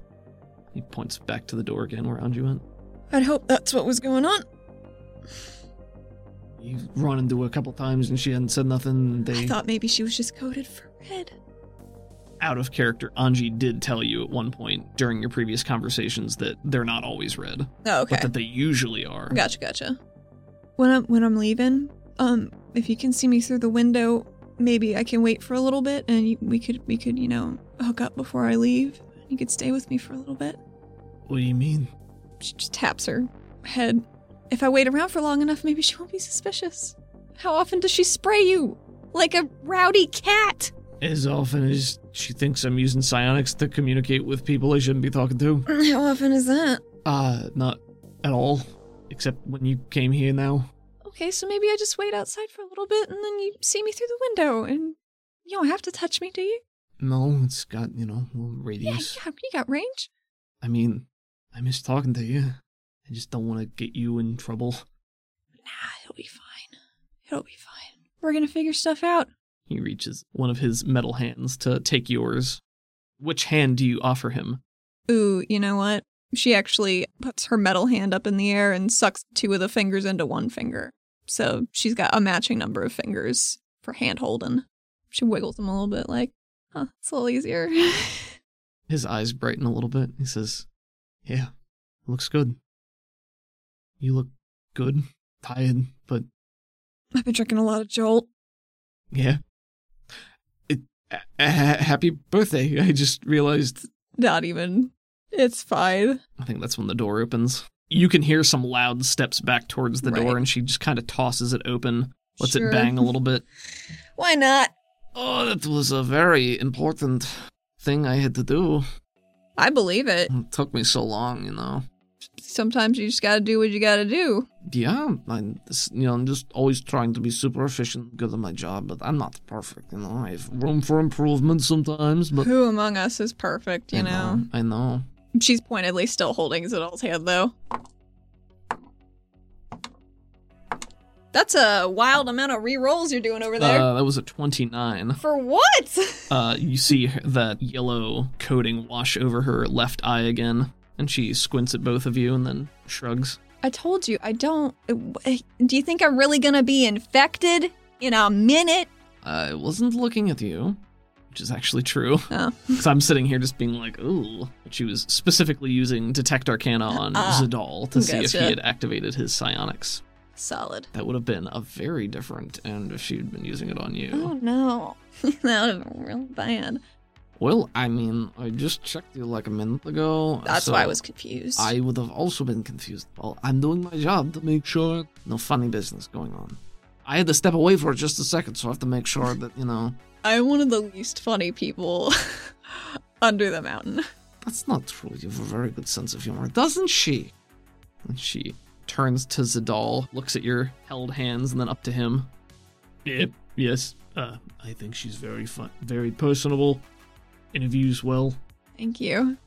He points back to the door again where Anji went.
I'd hope that's what was going on.
You've run into her a couple times, and she hadn't said nothing.
I
They
thought maybe she was just coded for red.
Out of character, Anji did tell you at one point during your previous conversations that they're not always red,
Oh, okay.
but that they usually are.
Gotcha, gotcha. When I'm when I'm leaving, um, if you can see me through the window, maybe I can wait for a little bit, and you, we could we could you know hook up before I leave. You could stay with me for a little bit.
what do you mean?
She just taps her head. If I wait around for long enough, maybe she won't be suspicious. How often does she spray you? Like a rowdy cat.
As often as she thinks I'm using psionics to communicate with people I shouldn't be talking to.
How often is that?
Uh, not at all. Except when you came here now.
Okay, so maybe I just wait outside for a little bit, and then you see me through the window, and you don't have to touch me, do you?
No, it's got, you know, a little
Yeah,
radius.
yeah, you got range.
I mean, I miss talking to you. I just don't want to get you in trouble.
Nah, it'll be fine. It'll be fine. We're gonna figure stuff out.
He reaches one of his metal hands to take yours. Which hand do you offer him?
Ooh, you know what? She actually puts her metal hand up in the air and sucks two of the fingers into one finger. So she's got a matching number of fingers for hand holding. She wiggles them a little bit, like, huh, it's a little easier. *laughs*
His eyes brighten a little bit. He says,
Yeah, looks good. You look good, tired, but
I've been drinking a lot of Jolt.
yeah. It, a- a- happy birthday. *laughs* I just realized.
Not even. It's fine.
I think that's when the door opens. You can hear some loud steps back towards the door,
Right.
and she just kind of tosses it open, lets
Sure.
it bang a little bit.
Why not?
Oh, that was a very important thing I had to do.
I believe it.
It took me so long, you know.
Sometimes you just gotta do what you gotta do.
Yeah, I'm, this- you know, I'm just always trying to be super efficient, good at my job, but I'm not perfect, you know. I have room for improvement sometimes, but
Who among us is perfect, you know?
I know.
She's pointedly still holding Zidal's hand, though. That's a wild amount of re-rolls you're doing over there.
Uh, that was a 29.
For what?
Uh, you see her- that yellow coating wash over her left eye again, and she squints at both of you and then shrugs.
I told you, I don't. Do you think I'm really gonna be infected in a minute?
I wasn't looking at you, which is actually
*laughs*
true.
Oh.
Because I'm sitting here just being like, ooh. But she was specifically using Detect Arcana on
Ah,
Zadal to see if he
gotcha.
had activated his psionics.
Solid.
That would have been a very different end if she'd been using it on you.
Oh no. *laughs* that was real bad.
Well, I mean, I just checked you like a minute ago.
That's
so
why I was confused.
I would have also been confused. Well, I'm doing my job to make sure no funny business going on. I had to step away for just a second, so I have to make sure that, you know.
I'm one of the least funny people *laughs* under the mountain.
That's not true. You have a very good sense of humor, doesn't she? And she turns to Zadal, looks at your held hands, and then up to him.
Yep. Yes. Uh, I think she's very fun, very personable, interviews well.
Thank you.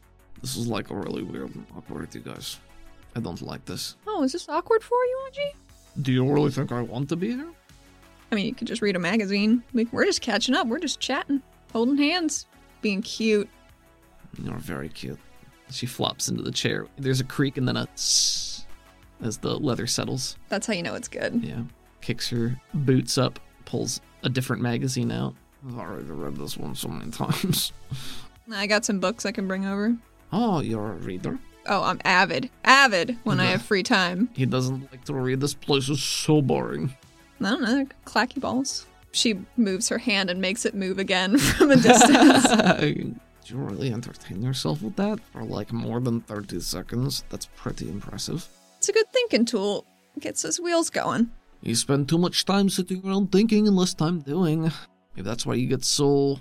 This is like a really weird and awkward, you guys. I don't like this.
Oh, is this awkward for you, Angie?
Do you really think I want to be here?
I mean, you could just read a magazine. We, we're just catching up. We're just chatting, holding hands, being cute.
You're very cute. She flops into the chair. There's a creak and then a tss as the leather settles.
That's how you know it's good.
Yeah. Kicks her boots up, pulls a different magazine out. I've already read this one so many *laughs* times.
I got some books I can bring over.
Oh, you're a reader?
Oh, I'm avid. Avid when I have free time.
He doesn't like to read. This place is so boring.
I don't know, they're clacky balls. She moves her hand and makes it move again *laughs* from a distance.
*laughs* Do you really entertain yourself with that for like more than 30 seconds? That's pretty impressive.
it's a good thinking tool. Gets those wheels going.
You spend too much time sitting around thinking and less time doing. Maybe that's why you get so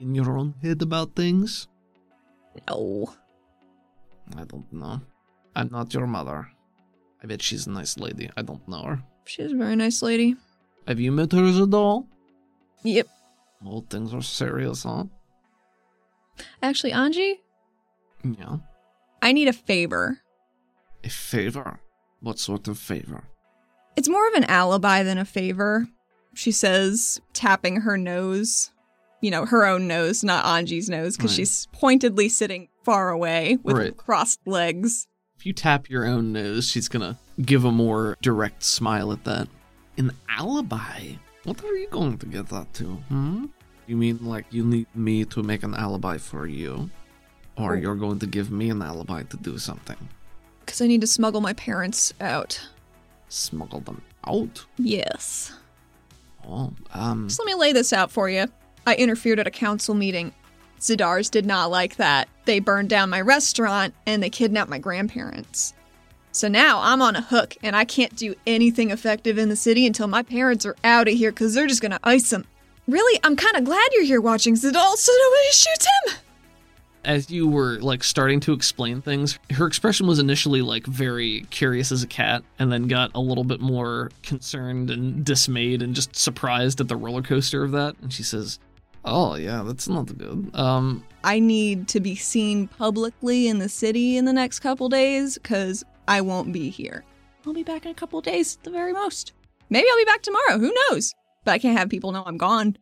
in your own head about things.
No.
I don't know. I'm not your mother. I bet she's a nice lady. I don't know her.
She's a very nice lady.
Have you met her as a doll?
Yep.
Oh, things are serious, huh?
Actually, Anji,
Yeah.
I need a favor.
A favor? What sort of favor?
It's more of an alibi than a favor, she says, tapping her nose. You know, her own nose, not Anji's nose, because
Right.
she's pointedly sitting far away with
Right.
crossed legs.
If you tap your own nose, she's gonna give a more direct smile at that. An alibi? What are you going to get that to? Hmm? You mean like you need me to make an alibi for you? Or you're going to give me an alibi to do something?
Because I need to smuggle my parents out.
Smuggle them out?
Yes.
Oh, um,
Just let me lay this out for you. I interfered at a council meeting. Zidars did not like that. They burned down my restaurant and they kidnapped my grandparents. So now I'm on a hook and I can't do anything effective in the city until my parents are out of here because they're just going to ice them. Really, I'm kind of glad you're here watching Zidal so nobody shoots him.
as you were like starting to explain things, her expression was initially like very curious as a cat and then got a little bit more concerned and dismayed and just surprised at the roller coaster of that. And she says,
oh yeah, that's not good. Um,
I need to be seen publicly in the city in the next couple days because I won't be here. I'll be back in a couple days at the very most. Maybe I'll be back tomorrow. Who knows? But I can't have people know I'm gone.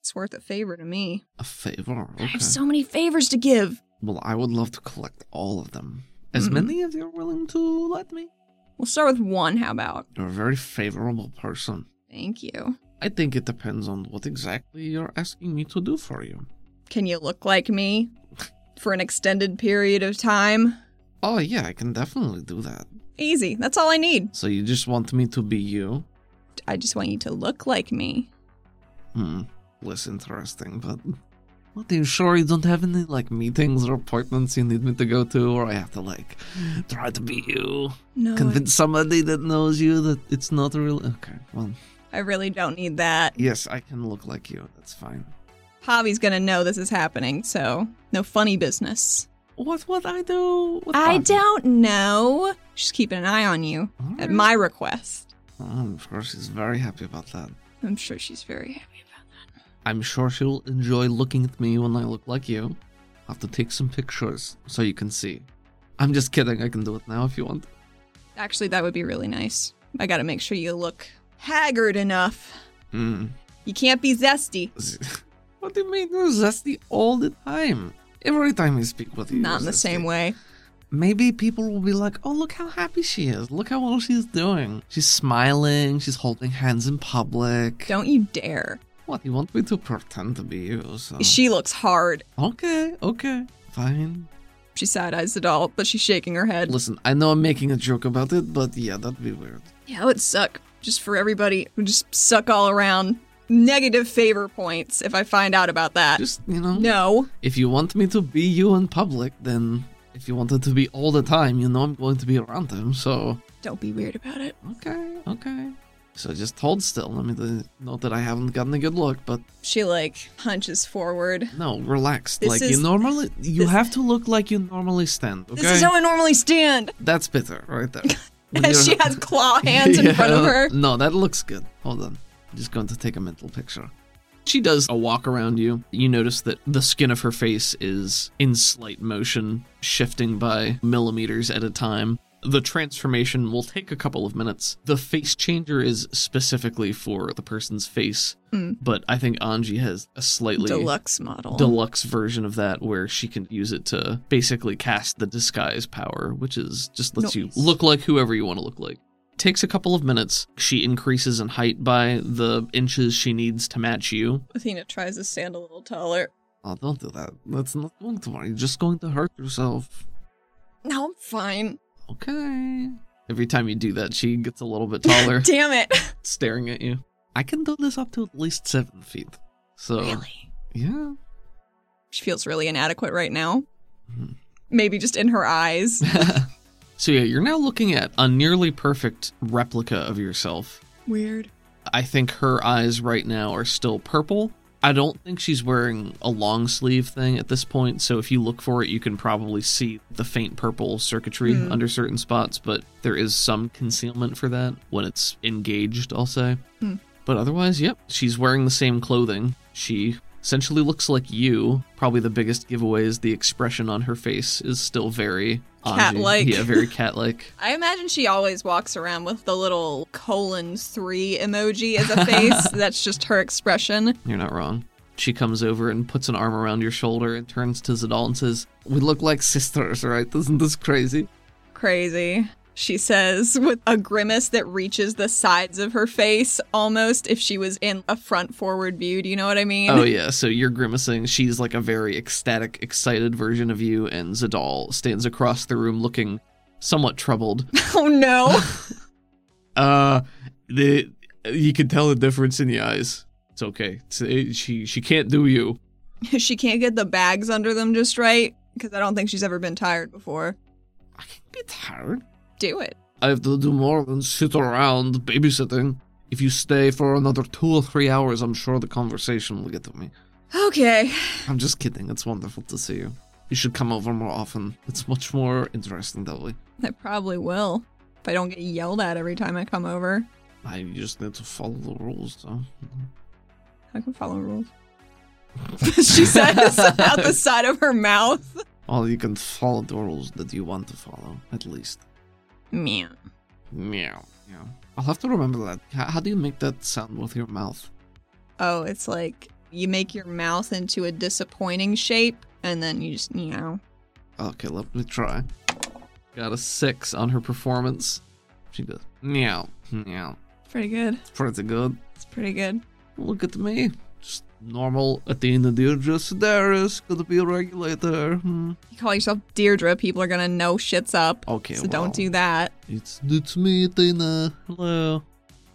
It's worth a favor to me.
a favor.
I
Okay.
have so many favors to give.
well, I would love to collect all of them. As
Mm.
many as you're willing to let me.
We'll start with one. How about?
You're a very favorable person.
Thank you.
I think it depends on what exactly you're asking me to do for you.
Can you look like me for an extended period of time?
Oh, yeah, I can definitely do that.
Easy. That's all I need.
So you just want me to be you?
I just want you to look like me.
Hmm, less interesting, but. What are you sure you don't have any, like, meetings or appointments you need me to go to, or I have to, like, try to be you?
No, I-
Convince somebody that knows you that it's not real? Okay, well,
I really don't need that.
yes, I can look like you. That's fine.
Javi's gonna know this is happening, so no funny business.
What would I do? with
I
Bobby?
don't know. She's keeping an eye on you
All
at
right.
my request.
Oh, of course, she's very happy about that.
I'm sure she's very happy about
I'm sure she'll enjoy looking at me when I look like you. I'll have to take some pictures so you can see. I'm just kidding, I can do it now if you want.
it. Actually, that would be really nice. I gotta make sure you look haggard enough.
Mm.
You can't be zesty.
*laughs* what do you mean you're zesty all the time? Every time I speak with you.
Not in
you're
the same
zesty.
way.
Maybe people will be like, oh, look how happy she is. Look how well she's doing. She's smiling, she's holding hands in public.
Don't you dare.
What, you want me to pretend to be you? So.
She looks hard.
okay, okay, fine.
She side eyes the doll, but she's shaking her head.
Listen, I know I'm making a joke about it, but yeah, that'd be weird.
Yeah, that would suck. Just for everybody. It would just suck all around. Negative favor points if I find out about that.
Just, you know.
no.
If you want me to be you in public, then if you wanted to be all the time, you know I'm going to be around him, so.
Don't be weird about it.
Okay, okay. So just hold still. Let me th- note that I haven't gotten a good look, but
She like hunches forward.
no, relax.
This
like
is-
you normally, you
this-
have to look like you normally stand. Okay,
This is how I
*laughs*
normally stand.
that's bitter right
*laughs*
there. When you're-
And she has claw hands in front of
Yeah.
her.
No, that looks good. Hold on. I'm just going to take a mental picture. She does a walk around you. You notice that the skin of her face is in slight motion, shifting by millimeters at a time. The transformation will take a couple of minutes. The face changer is specifically for the person's face, but I think Anji has a slightly
Deluxe model.
deluxe version of that where she can use it to basically cast the disguise power, which is just lets you
Nice.
look like whoever you want to look like. Takes a couple of minutes. She increases in height by the inches she needs to match you.
Athena tries to stand a little taller.
Oh, don't do that. That's not going to work. You're just going to hurt yourself.
No, I'm fine.
Okay. Every time you do that, she gets a little bit taller, *laughs*
Damn it.
staring at you. I can do this up to at least seven feet. So,
Really?
yeah.
She feels really inadequate right now.
Mhm.
Maybe just in
*laughs*
her eyes.
so, yeah, you're now looking at a nearly perfect replica of yourself.
Weird.
I think her eyes right now are still purple. I don't think she's wearing a long sleeve thing at this point, so if you look for it, you can probably see the faint purple circuitry
Hmm.
under certain spots, but there is some concealment for that when it's engaged, I'll say.
Hmm.
But otherwise, yep, she's wearing the same clothing. She essentially looks like you. Probably the biggest giveaway is the expression on her face is still very Anji.
Cat-like.
Yeah,
*laughs*
very cat like.
I imagine she always walks around with the little colon three emoji as
*laughs*
a face. That's just her expression.
You're not wrong. She comes over and puts an arm around your shoulder and turns to Zadal and says, We look like sisters, right? Isn't this crazy?
Crazy. She says with a grimace that reaches the sides of her face almost if she was in a front forward view. Do you know what I mean?
Oh, yeah. So you're grimacing. She's like a very ecstatic, excited version of you, and Zadal stands across the room looking somewhat *laughs* troubled.
*laughs* Oh, no.
Uh, the you can tell the difference in the eyes. It's okay. It's, it, she she can't do you.
she can't get the bags under them just right because I don't think she's ever been tired before.
I can get tired.
Do it.
I have to do more than sit around babysitting. If you stay for another two or three hours, I'm sure the conversation will get to me.
Okay.
I'm just kidding. It's wonderful to see you. You should come over more often. It's much more interesting that way.
I probably will if I don't get yelled at every time I come over.
I just need to follow the rules, though.
I can follow rules. *laughs* she says *laughs* out the side of her mouth.
Well, you can follow the rules that you want to follow, at least.
Meow.
Meow. Yeah. I'll have to remember that. H- how do you make that sound with your mouth?
Oh, it's like you make your mouth into a disappointing shape and then you just meow.
Okay, let me try. Got a six on her performance. She goes, meow, meow.
Pretty good.
It's pretty good.
It's pretty good.
Look at me. Just normal Athena Deirdre Sedaris. Gonna be a regulator. Hmm.
You call yourself Deirdre, people are gonna know shit's up.
Okay,
So
well.
don't do that.
It's it's me, Athena. Hello.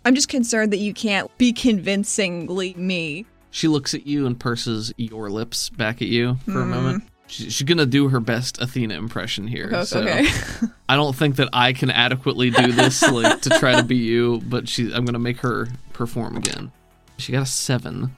I'm just concerned that you can't be convincingly me. *laughs*
She looks at you and purses your lips back at you for a
Hmm.
moment. She, she's gonna do her best Athena impression here.
Okay,
so
okay.
*laughs* I don't think that I can adequately do this like to try to be you, but she I'm gonna make her perform again. She got a seven,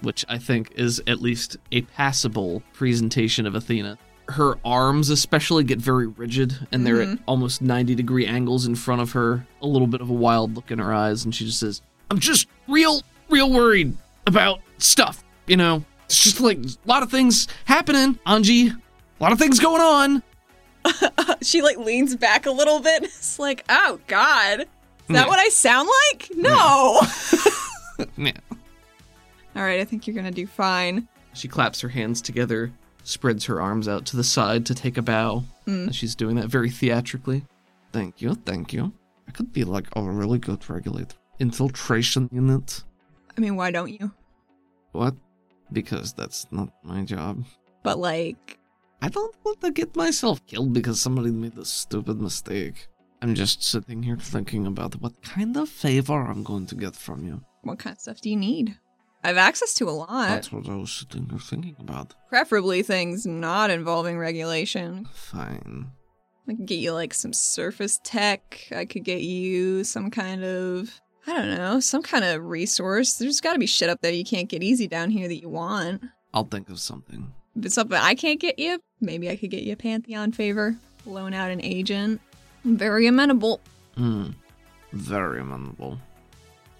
which I think is at least a passable presentation of Athena. Her arms especially get very rigid and they're at almost 90 degree angles in front of her, a little bit of a wild look in her eyes, and she just says, I'm just real, real worried about stuff, you know. It's just like a lot of things happening, Anji. A lot of things going on.
she like leans back a little bit. *laughs* It's like, oh God. Is that
Yeah.
what I sound like? No.
Mm. *laughs* Yeah.
*laughs* All right, I think you're gonna do fine.
She claps her hands together, spreads her arms out to the side to take a bow.
Hmm.
And she's doing that very theatrically. Thank you, thank you. I could be like a really good regulator. Infiltration unit.
I mean, why don't you?
What? Because that's not my job.
But like,
I don't want to get myself killed because somebody made a stupid mistake. I'm just sitting here thinking about what kind of favor I'm going to get from you.
what kind of stuff do you need? I have access to a lot.
That's what I was sitting here thinking about.
Preferably things not involving regulation.
Fine.
I could get you like some surface tech. I could get you some kind of I don't know, some kind of resource. There's got to be shit up there you can't get easy down here that you want.
I'll think of something.
If it's something I can't get you, maybe I could get you a Pantheon favor, loan out an agent. I'm very amenable.
Hmm. Very amenable.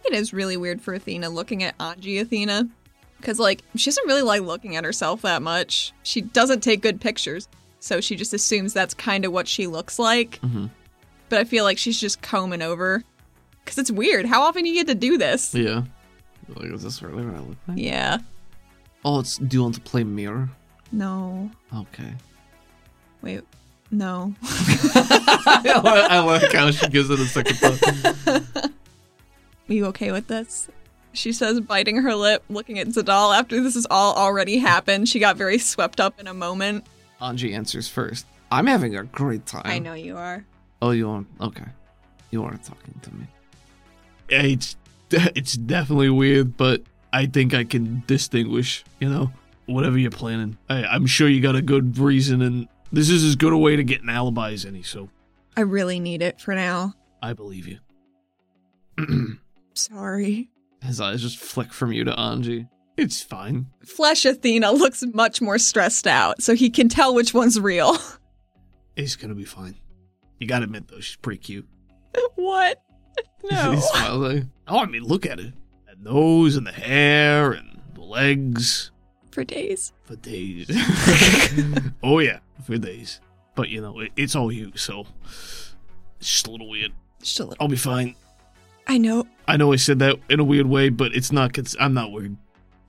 It is really weird for Athena looking at Anji Athena. Because, like, she doesn't really like looking at herself that much. She doesn't take good pictures. So she just assumes that's kind of what she looks like.
Mhm.
But I feel like she's just combing over. Because it's weird. How often you get to do this?
Yeah. Like, is this really what I look like?
Yeah.
Oh, it's, do you want to play mirror?
No.
*laughs* Okay.
Wait. No. *laughs*
I like- I like how she gives it a second thought.
Are you okay with this? She says, biting her lip, looking at Zadal after this has all already happened. She got very swept up in a moment.
Anji answers first. I'm having a great time.
I know you are.
Oh, you aren't. Okay. You aren't talking to me.
Yeah, it's it's definitely weird, but I think I can distinguish. You know, whatever you're planning, I, I'm sure you got a good reason, and this is as good a way to get an alibi as any. So
I really need it for now.
I believe you.
Sorry.
His eyes just flick from you to Anji. It's fine.
Flesh Athena looks much more stressed out, so he can tell which one's real. *laughs*
It's gonna be fine. You gotta admit though, she's pretty *laughs* cute.
what?
he
No.
smiles at you.
Oh, I mean, look at her. That nose and the hair and the legs
for days.
for *laughs* days. oh yeah, for days. But you know, it, it's all you, so it's just a little weird.
Just a little.
I'll be fine.
I know.
I know I said that in a weird way, but it's not. Cons- I'm not worried.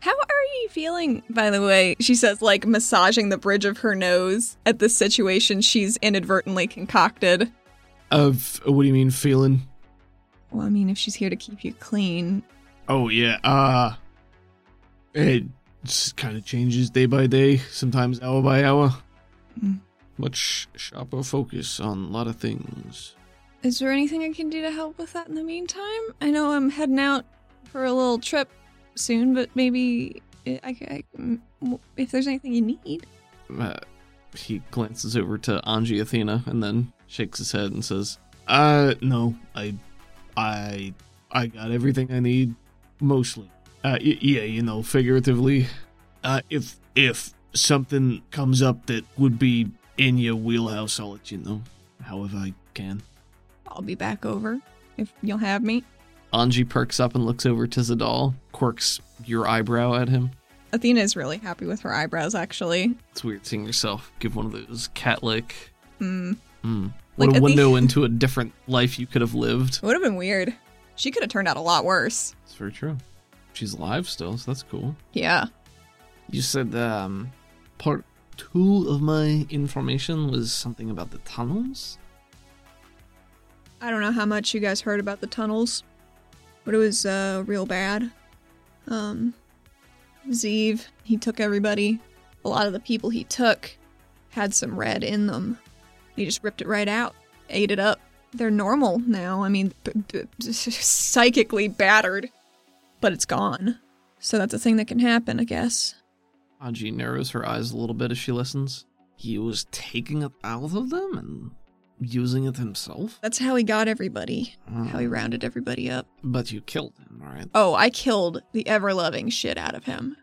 How are you feeling, by the way? She says, like, massaging the bridge of her nose at the situation she's inadvertently concocted.
Of
uh,
what do you mean feeling?
Well, I mean, if she's here to keep you clean,
Oh yeah. Uh it kind of changes day by day, sometimes hour by hour.
Mm.
Much sharper focus on a lot of things.
is there anything I can do to help with that in the meantime? I know I'm heading out for a little trip soon, but maybe I, I, I- if there's anything you need.
Uh, he glances over to Anji Athena and then shakes his head and says,
Uh no, I, I, I got everything I need, mostly. Uh y- yeah, you know, figuratively. Uh, if if something comes up that would be in your wheelhouse, I'll let you know. However I can.
I'll be back over if you'll have me.
Anji perks up and looks over to Zadal, quirks your eyebrow at him.
Athena is really happy with her eyebrows, actually.
It's weird seeing yourself give one of those cat like.
Mm.
What
Like,
a
Athena-
window into a different life you could have lived.
It would have been weird. She could have turned out a lot worse.
It's very true. She's alive still, so that's cool.
Yeah.
You said um, part two of my information was something about the tunnels.
I don't know how much you guys heard about the tunnels, but it was uh, real bad. Um, Zeev, he took everybody. A lot of the people he took had some red in them. He just ripped it right out, ate it up. They're normal now. I mean, b- *laughs* b- psychically battered, but it's gone. So that's a thing that can happen, I guess.
Anji narrows her eyes a little bit as she listens. He was taking it out of them and using it himself.
That's how he got everybody, how he rounded everybody up.
But you killed him, right?
Oh, I killed the ever loving shit out of him.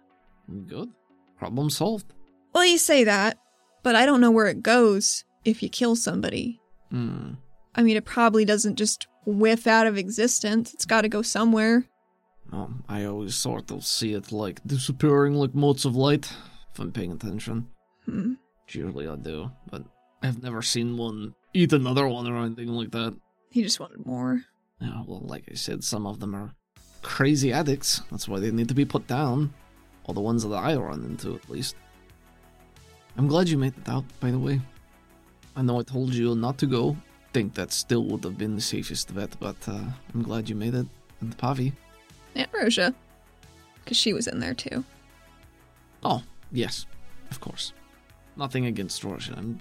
Good. Problem solved.
Well, you say that, but I don't know where it goes if you kill somebody.
Hmm.
I mean, it probably doesn't just whiff out of existence. It's got to go somewhere.
Well, I always sort of see it like disappearing like motes of light, if I'm paying attention.
Hmm.
Usually I do, but I've never seen one eat another one or anything like that.
He just wanted more.
Yeah, well, like I said, some of them are crazy addicts. That's why they need to be put down. Or the ones that I run into, at least. I'm glad you made it out, by the way. I know I told you not to go. Think that still would have been the safest bet, but uh, I'm glad you made it. And Pavi.
Aunt Rosia, because she was in there too.
Oh, yes, of course. Nothing against Roshan. I'm-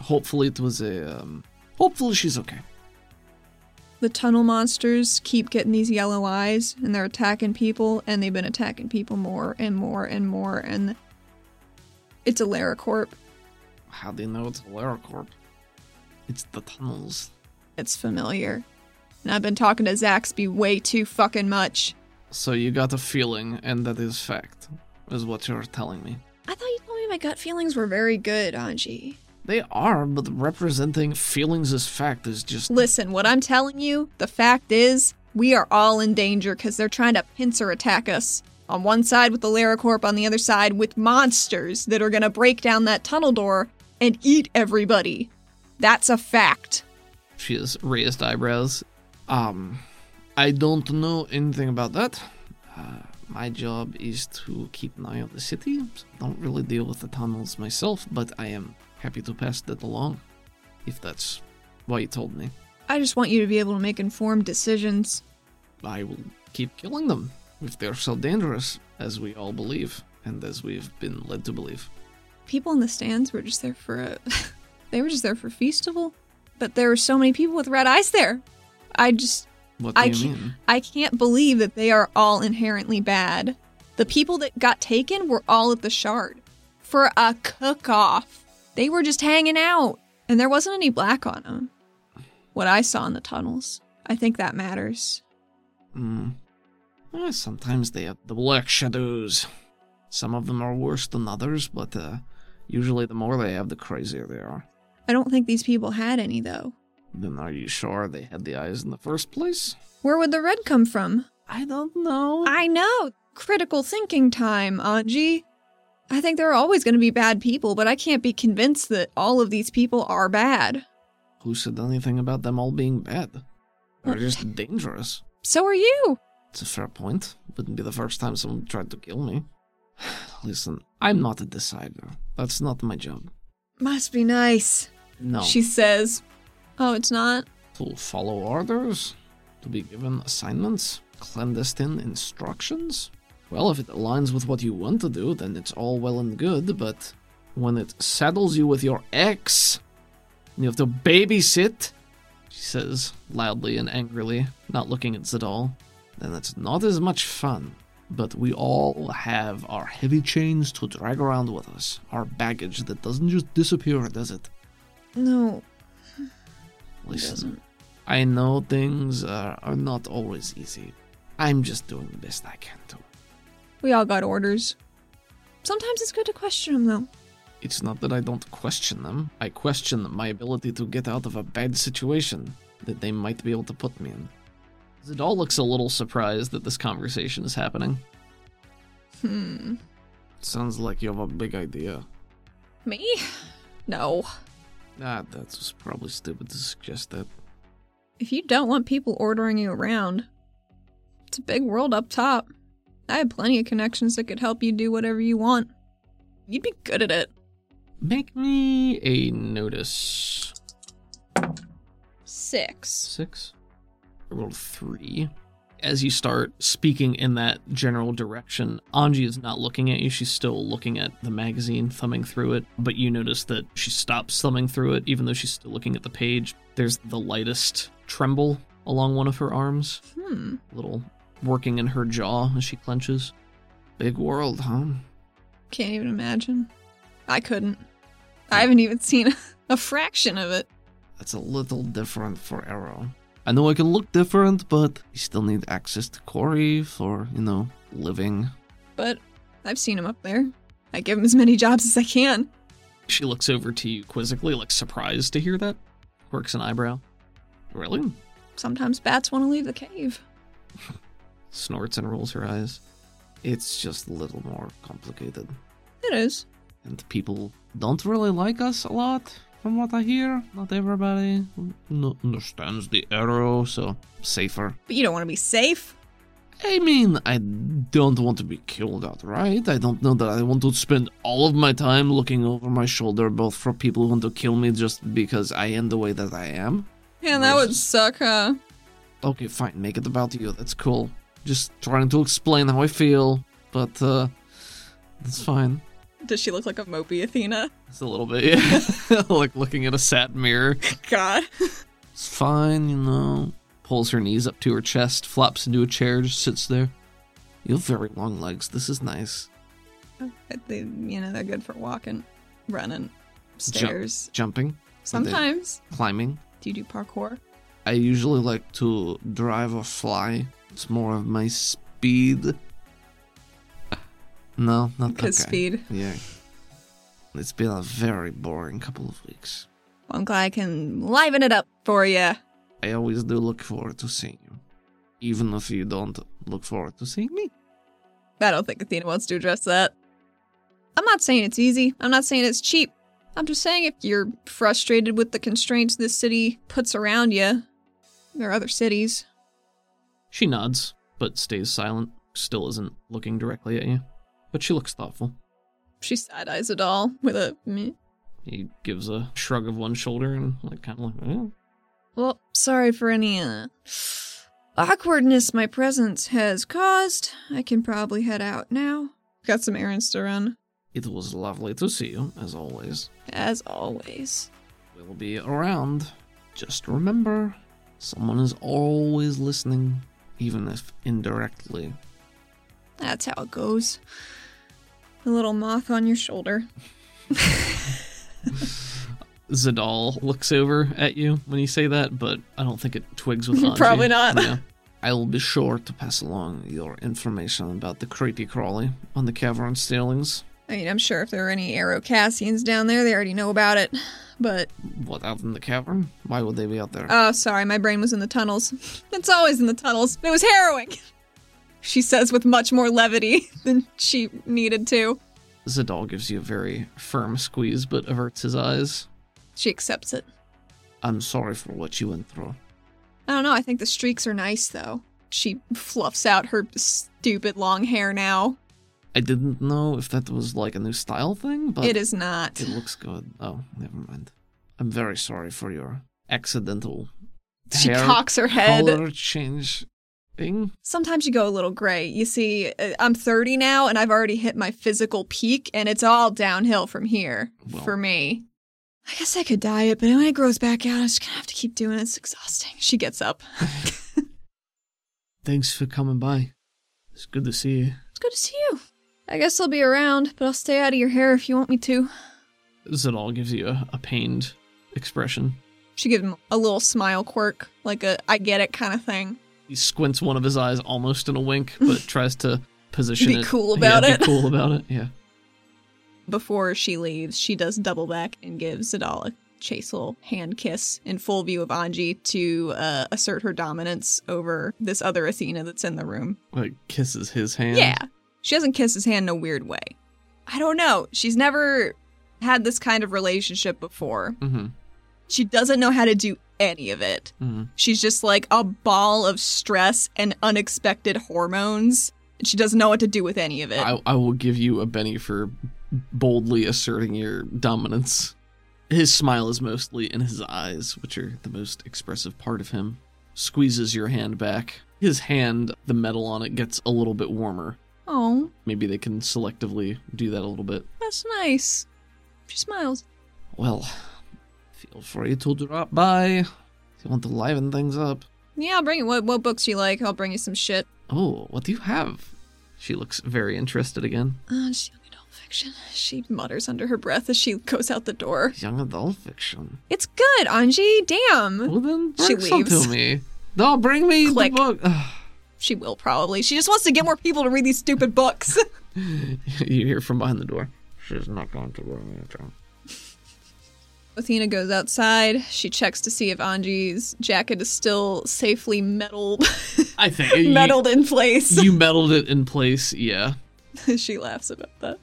Hopefully, it was a. Um, hopefully, she's okay.
The tunnel monsters keep getting these yellow eyes, and they're attacking people, and they've been attacking people more and more and more, and it's a Laricorp.
How do you know it's a Laricorp? It's the tunnels.
It's familiar. And I've been talking to Zaxby way too fucking much.
So you got a feeling, and that is fact, is what you're telling me.
I thought you told me my gut feelings were very good, Anji.
They are, but representing feelings as fact is just.
Listen, what I'm telling you, the fact is, we are all in danger because they're trying to pincer attack us. On one side with the Laricorp, on the other side with monsters that are gonna break down that tunnel door and eat everybody. That's a fact.
She has raised eyebrows. Um, I don't know anything about that. Uh, my job is to keep an eye on the city. So I don't really deal with the tunnels myself, but I am happy to pass that along, if that's what you told me.
I just want you to be able to make informed decisions.
I will keep killing them if they're so dangerous, as we all believe, and as we've been led to believe.
People in the stands were just there for a. *laughs* they were just there for festival, but there were so many people with red eyes there. I just
What do
I
you
can't,
mean?
I can't believe that they are all inherently bad. The people that got taken were all at the shard for a cook off. They were just hanging out, and there wasn't any black on them. What I saw in the tunnels. I think that matters.
Mm. Eh, sometimes they have the black shadows. Some of them are worse than others, but uh, usually the more they have, the crazier they are.
I don't think these people had any, though.
Then are you sure they had the eyes in the first place?
Where would the red come from?
I don't know.
I know! Critical thinking time, Anji. I think there are always going to be bad people, but I can't be convinced that all of these people are bad.
Who said anything about them all being bad? They're
*laughs*
just dangerous.
So are you!
It's a fair point. Wouldn't be the first time someone tried to kill me. *sighs* Listen, I'm not a decider. That's not my job.
Must be nice,
No.
she says. Oh, it's not?
to follow orders, to be given assignments, clandestine instructions. Well, if it aligns with what you want to do, then it's all well and good, but when it saddles you with your ex, and you have to babysit, she says loudly and angrily, not looking at Zadal, then it's not as much fun. But we all have our heavy chains to drag around with us, our baggage that doesn't just disappear, does it?
No.
Listen, I know things are, are not always easy. I'm just doing the best I can to.
We all got orders. Sometimes it's good to question them, though.
It's not that I don't question them. I question my ability to get out of a bad situation that they might be able to put me in. Zidal looks a little surprised that this conversation is happening.
Hmm.
Sounds like you have a big idea.
Me? No.
Ah, that's probably stupid to suggest that.
If you don't want people ordering you around, it's a big world up top. I have plenty of connections that could help you do whatever you want. You'd be good at it.
Make me a notice.
Six.
six. I rolled three. As you start speaking in that general direction, Anji is not looking at you. She's still looking at the magazine, thumbing through it. But you notice that she stops thumbing through it, even though she's still looking at the page. There's the lightest tremble along one of her arms,
Hmm.
a little working in her jaw as she clenches. Big world, huh?
Can't even imagine. I couldn't. I haven't even seen *laughs* a fraction of it.
That's a little different for Arrow. I know I can look different, but you still need access to Corey for, you know, living.
but I've seen him up there. I give him as many jobs as I can.
She looks over to you quizzically, like surprised to hear that. Works an eyebrow. Really?
Sometimes bats want to leave the cave.
Snorts and rolls her eyes. It's just a little more complicated.
It is.
And people don't really like us a lot, from what I hear. Not everybody n- understands the arrow, so safer.
But you don't want to be safe.
I mean, I don't want to be killed outright. I don't know that I want to spend all of my time looking over my shoulder, both for people who want to kill me just because I am the way that I am.
Man, that would
Nice.
suck, huh?
Okay, fine, make it about you. That's cool. Just trying to explain how I feel, but uh that's fine.
Does she look like a mopey Athena? *laughs*
It's a little bit *laughs* yeah. like looking at a satin mirror.
God.
It's fine, you know. Pulls her knees up to her chest, flops into a chair, just sits there. You have very long legs. This is nice.
They, you know, they're good for walking, running, stairs.
Jumping,
Sometimes.
climbing.
Do you do parkour?
I usually like to drive or fly. It's more of my speed. No, not okay.
Because speed.
Yeah. It's been a very boring couple of weeks.
Well, I'm glad I can liven it up for you.
I always do look forward to seeing you. Even if you don't look forward to seeing me.
I don't think Athena wants to address that. I'm not saying it's easy. I'm not saying it's cheap. I'm just saying if you're frustrated with the constraints this city puts around you, there are other cities.
She nods, but stays silent, still isn't looking directly at you. But she looks thoughtful.
She side eyes it all with a meh.
He gives a shrug of one shoulder and like kind of like, eh.
Well, sorry for any uh, awkwardness my presence has caused. I can probably head out now. Got some errands to run.
It was lovely to see you, as always.
As always.
We'll be around. Just remember, someone is always listening, even if indirectly.
That's how it goes. A little moth on your shoulder.
Zadal looks over at you when you say that, but I don't think it twigs
*laughs*
with Anji.
Probably not.
Yeah.
I will be sure to pass along your information about the creepy crawly on the cavern ceilings.
I mean, I'm sure if there are any Aero Cassians down there, they already know about it. But
What, out in the cavern? Why would they be out there?
oh, sorry, my brain was in the tunnels. *laughs* it's always in the tunnels. It was harrowing. *laughs* She says with much more levity *laughs* than she needed to.
Zadal gives you a very firm squeeze, but averts his eyes.
She accepts it.
I'm sorry for what you went through.
I don't know. I think the streaks are nice, though. She fluffs out her stupid long hair now.
I didn't know if that was like a new style thing, but
It is not.
it looks good. Oh, never mind. I'm very sorry for your accidental
She
hair
cocks her head.
color change thing.
Sometimes you go a little gray. You see, uh, I'm 30 now and I've already hit my physical peak, and it's all downhill from here
Well.
for me. I guess I could dye it, but when it grows back out, I'm just gonna have to keep doing it. It's exhausting. She gets up. it's
Thanks for coming by. It's good to see you.
good to see you. I guess I'll be around, but I'll stay out of your hair if you want me to.
Zadal gives you a, a pained expression.
She gives him a little smile quirk, like a I get it kind of thing.
He squints one of his eyes almost in a
*laughs*
wink, but tries to position
Be
it.
cool about
yeah,
it.
Be cool about it. Yeah.
Before she leaves, she does double back and gives Zadal a chasel hand kiss in full view of Anji to uh, assert her dominance over this other Athena that's in the room.
Like kisses his hand.
Yeah. She doesn't kiss his hand in a weird way. I don't know. She's never had this kind of relationship before.
Mm-hmm.
She doesn't know how to do any of it.
Mhm.
She's just like a ball of stress and unexpected hormones. and She doesn't know what to do with any of it.
I, I will give you a Benny for boldly asserting your dominance. His smile is mostly in his eyes, which are the most expressive part of him. Squeezes your hand back. His hand, the metal on it, gets a little bit warmer.
oh,
Maybe they can selectively do that a little bit.
that's nice. She smiles.
Well, feel free to drop by if you want to liven things up.
Yeah, I'll bring you what what books you like. I'll bring you some shit.
Oh, what do you have? She looks very interested again.
Uh, just young adult fiction. She mutters under her breath as she *laughs* goes out the door.
Young adult fiction.
It's good, Anji. Damn.
Well then,
She
bring some
leaves.
to me. No, bring me
Click.
the *sighs* book. Ugh.
She will probably. She just wants to get more people to read these stupid books. *laughs*
you hear from behind the door.
She's not going to bring me a drink.
Athena goes outside. She checks to see if Anji's jacket is still safely metal *laughs*
I think you-
metaled in place.
You, meddled it in place. Yeah.
*laughs* she laughs about that.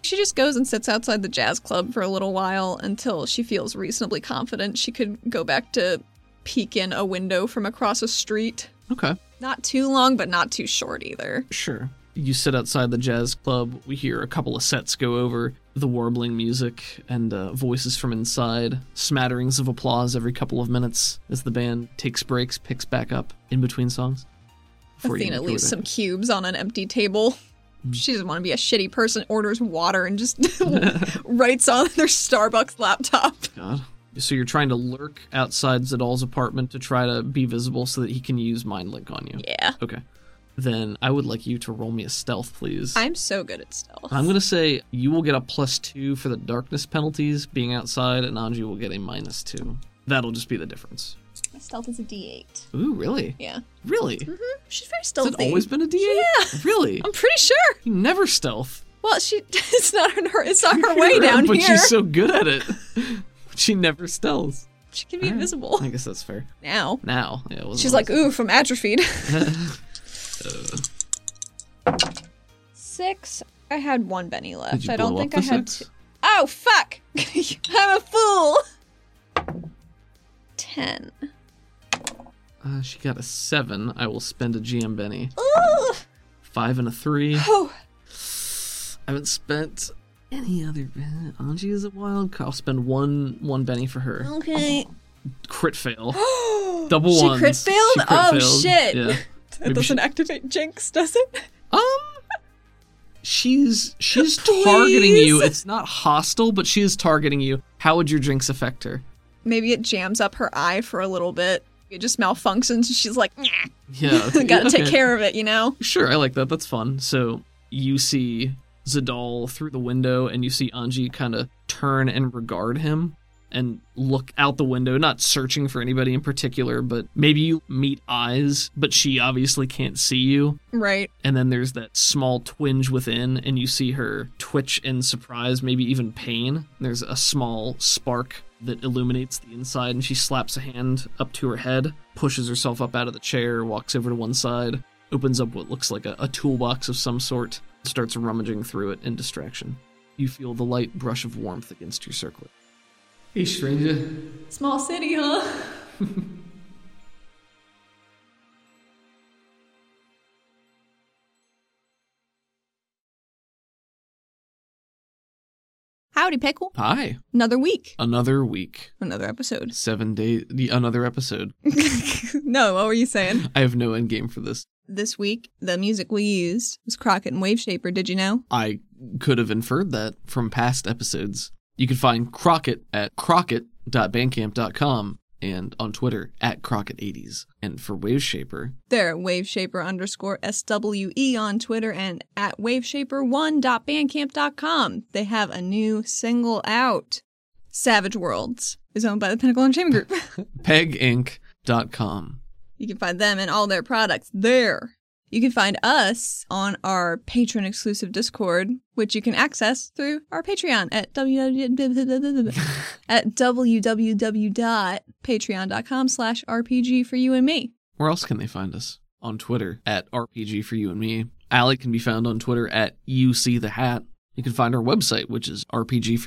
She just goes and sits outside the jazz club for a little while until she feels reasonably confident she could go back to peek in a window from across a street.
Okay.
Not too long, but not too short either.
Sure. You sit outside the jazz club. We hear a couple of sets go over, the warbling music and uh, voices from inside, smatterings of applause every couple of minutes as the band takes breaks, picks back up in between songs. Before you Hmm.
Athena
make your
leaves
way
some
back.
cubes on an empty table. She doesn't want to be a shitty person, orders water, and just *laughs* writes on their Starbucks laptop. *laughs*
God. So you're trying to lurk outside Zadal's apartment to try to be visible so that he can use Mind Link on you.
Yeah.
Okay. Then I would like you to roll me a stealth, please.
I'm so good at stealth.
I'm gonna say you will get a plus two for the darkness penalties being outside, and Anji will get a minus two. That'll just be the difference.
My stealth is a D8.
Ooh, really?
Yeah.
Really?
Mm-hmm. She's very
Has
stealthy.
it always been a D8?
Yeah.
Really?
I'm pretty sure.
You never stealth.
Well, she *laughs* it's not on her. It's on her way
You're right,
down
but
here.
she's so good at it. *laughs* she never stealths.
She can be
Alright.
invisible
I guess that's fair.
now.
Now, yeah, it wasn't
She's like,
always-
ooh,
*laughs*
from atrophied. Six. I had one Benny
Did
left.
you
I don't
blow
think
up
I
the
had.
six?
Two. Oh fuck! *laughs* I'm a fool. Ten.
Uh, she got a seven. I will spend a GM Benny.
Ooh.
Five and a three. I
Oh,
haven't spent any other Benny. Anji is a wild card. I'll spend one one Benny for her.
okay.
Crit
*gasps*
fail. Double
She
ones.
crit failed?
She crit
Oh,
failed.
shit.
Yeah.
*laughs* That
Maybe
doesn't
she-
activate Jinx, does it? *laughs*
Um, she's she's targeting you.
Please.
It's not hostile, but she is targeting you. How would your drinks affect her?
Maybe it jams up her eye for a little bit. It just malfunctions and she's like, nah, *laughs*
Yeah, okay,
gotta take
okay.
care of it, you know?
Sure, I like that. That's fun. So you see Zadal through the window, and you see Anji kind of turn and regard him and look out the window, not searching for anybody in particular, but maybe you meet eyes, but she obviously can't see you.
Right.
And then there's that small twinge within, and you see her twitch in surprise, maybe even pain. There's a small spark that illuminates the inside, and she slaps a hand up to her head, pushes herself up out of the chair, walks over to one side, opens up what looks like a, a toolbox of some sort, starts rummaging through it in distraction. You feel the light brush of warmth against your circlet.
Hey, stranger.
Small city, huh? *laughs*
Howdy, Pickle.
Hi,
Another week.
another week,
Another episode. *laughs*
seven days, another episode.
no, what were
*laughs*
you saying?
I have no end game for this.
This week, the music we used was Crockett and Wave Shaper, did you know?
I could have inferred that from past episodes. You can find Crockett at crockett.bandcamp.com and on Twitter at Crockett80s. And for Waveshaper,
They're at Waveshaper underscore SWE on Twitter and at Waveshaper1.bandcamp.com. They have a new single out. Savage Worlds is owned by the Pinnacle Entertainment Group.
peginc.com.
you can find them and all their products there. You can find us on our patron exclusive Discord, which you can access through our Patreon at www at www.patreon.com slash RPG for you and me.
Where else can they find us? On Twitter at RPG for you and me. Allie can be found on Twitter at you see the hat. You can find our website, which is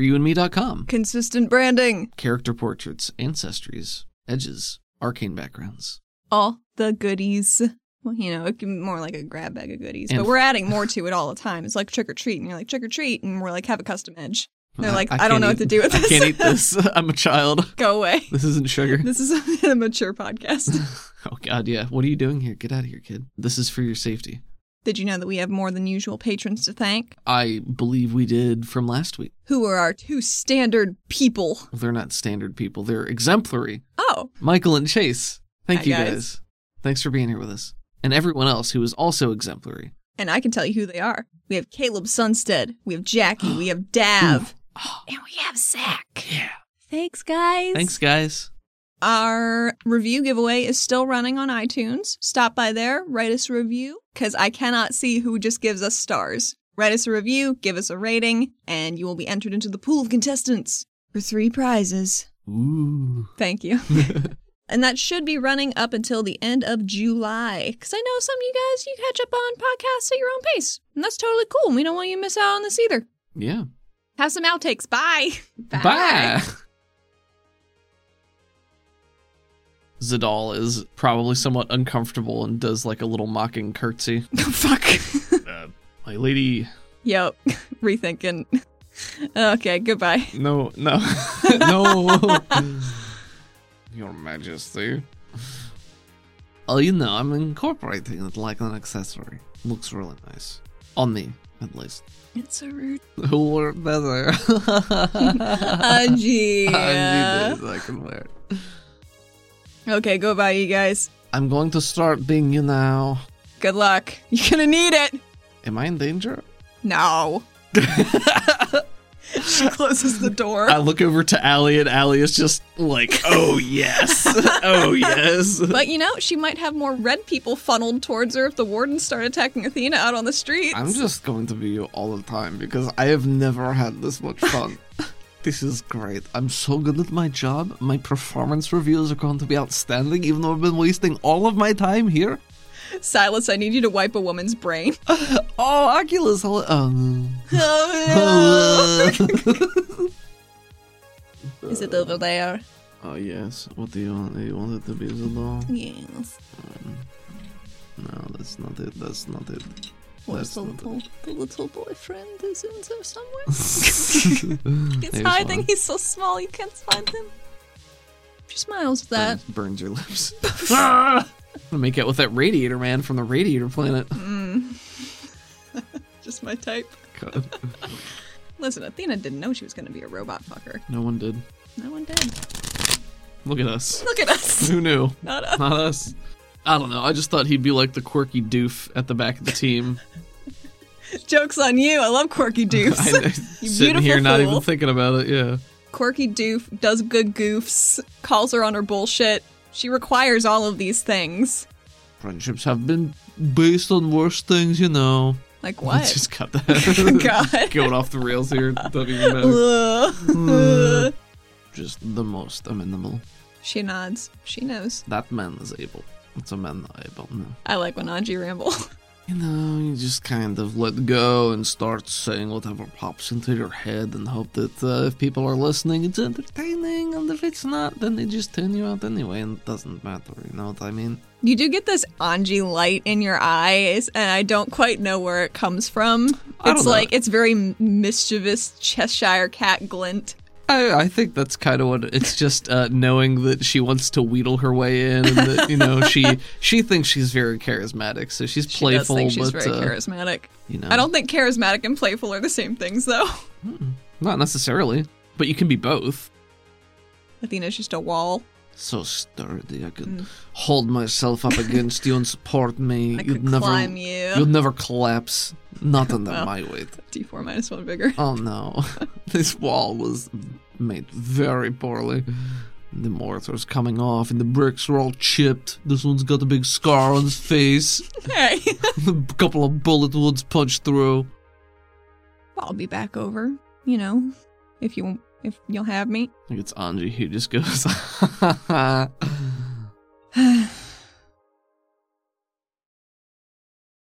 rpgforyouandme.com.
Consistent branding.
Character portraits, ancestries, edges, arcane backgrounds.
all the goodies. Well, you know, it can be more like a grab bag of goodies,
And-
but we're adding more to it all the time. It's like trick or treat, and you're like trick or treat, and we're like have a custom edge. And they're like, I,
can't
don't know
eat-
what to do with
I
this.
can't eat this. *laughs* I'm a child.
Go away. *laughs*
This isn't sugar.
This is *laughs* a
*laughs*
mature podcast.
Oh god, yeah. What are you doing here? Get out of here, kid. This is for your safety.
Did you know that we have more than usual patrons to thank?
I believe we did from last week.
Who are our two standard people?
Well, they're not standard people. They're exemplary.
Oh,
Michael and Chase. Thank
Hi,
you
guys.
guys. Thanks for being here with us. And everyone else who is also exemplary.
and I can tell you who they are. We have Caleb Sunstead, we have
*gasps*
Jackie, we have Dav, and we have Zach.
Yeah.
Thanks, guys.
Thanks guys.
Our review giveaway is still running on iTunes. Stop by there, write us a review, because I cannot see who just gives us stars. Write us a review, give us a rating, and you will be entered into the pool of contestants for three prizes.
Ooh.
Thank you. and that should be running up until the end of July, because I know some of you guys, you catch up on podcasts at your own pace, and that's totally cool. and We don't want you to miss out on this either.
Yeah.
Have some outtakes. Bye.
Bye. *laughs* Zadal is probably somewhat uncomfortable and does like a little mocking curtsy.
*laughs* Fuck.
My lady,
Yep. *laughs* Rethinking. *laughs* Okay, goodbye.
No, *laughs* no, no. *laughs* Your Majesty. Oh, you know, I'm incorporating it like an accessory. Looks really nice. On me, at least. *laughs*
It's so rude.
Who wore it better?
*laughs*
*laughs*
Angie.
I need this, I can wear it.
Okay, goodbye, you guys.
I'm going to start being you now.
Good luck. *laughs* You're gonna need it.
*laughs* Am I in danger?
No. She closes the door.
I look over to Allie, and Allie is just like, *laughs* oh, yes. oh, yes.
but you know, she might have more red people funneled towards her if the wardens start attacking Athena out on the streets.
I'm just going to be you all the time because I have never had this much fun. this is great. I'm so good at my job. My performance reviews are going to be outstanding, even though I've been wasting all of my time here.
Silas, I need you to wipe a
*laughs*
woman's brain. *laughs*
Oh, Oculus. hello- Oh, no.
Is it over there?
*laughs* oh, yes. What do you want? Do you want it to be the law?
Yes.
No, that's not it. That's not it. That's
Where's the
not it.
little, the little boyfriend is in
*laughs*
there somewhere? He's
There's
hiding.
one.
He's so small you can't find him. She smiles at that.
Burns- burns your lips. *laughs* ah! I'm gonna make out with that radiator man from the radiator planet.
Just my type.
God,
Listen, Athena didn't know she was going to be a robot fucker.
no one did.
No one did.
Look at us.
Look at us.
Who knew?
*laughs* Not
*laughs*
us.
Not us. I don't know. I just thought he'd be like the quirky doof at the back of the
*laughs*
team.
Joke's on you. *laughs* I love quirky
I,
doofs.
know, *laughs* sitting here,
beautiful
not
fool.
even thinking about it. Yeah.
quirky doof does good goofs, calls her on her bullshit. She requires all of these things.
Friendships have been based on worse things, you know.
Like what? *laughs*
Let's *laughs* just cut that. *laughs*
God.
Going off the rails here. Doesn't even
*laughs*
matter.
Ugh.
Just the most amenable.
*laughs* she nods. She knows.
That man is able. It's a man not able. No.
I like when Anji ramble.
You know, you just kind of let go and start saying whatever pops into your head and hope that uh, if people are listening, it's entertaining. And if it's not, then they just tune you out anyway, and it doesn't matter. You know what I mean?
You do get this Anji light in your eyes, and I don't quite know where it comes from.
I don't
It's
know.
like it's very mischievous Cheshire cat glint.
I, I think that's kind of what it's just uh, knowing that she wants to wheedle her way in, and that you know
*laughs*
she she thinks she's very charismatic, so she's
She
playful,
does think she's
but
very
uh,
charismatic.
you know,
I don't think charismatic and playful are the same things, though. *laughs*
not necessarily, but you can be both.
Athena's just a wall.
So sturdy, I could hold myself
*laughs*
up against you and support me.
Mm. I
you'd
could
never,
climb you. *laughs*
would never collapse. Not under my weight.
D4 minus one bigger. *laughs*
Oh no, *laughs* this wall was made very poorly. The mortar's coming off, and the bricks are all chipped. This one's got a big scar on his face. *laughs*
Hey. *laughs*
a couple of bullet wounds punched through.
I'll be back over, you know, if you if you'll have me.
*laughs* I think it's Anji who just goes.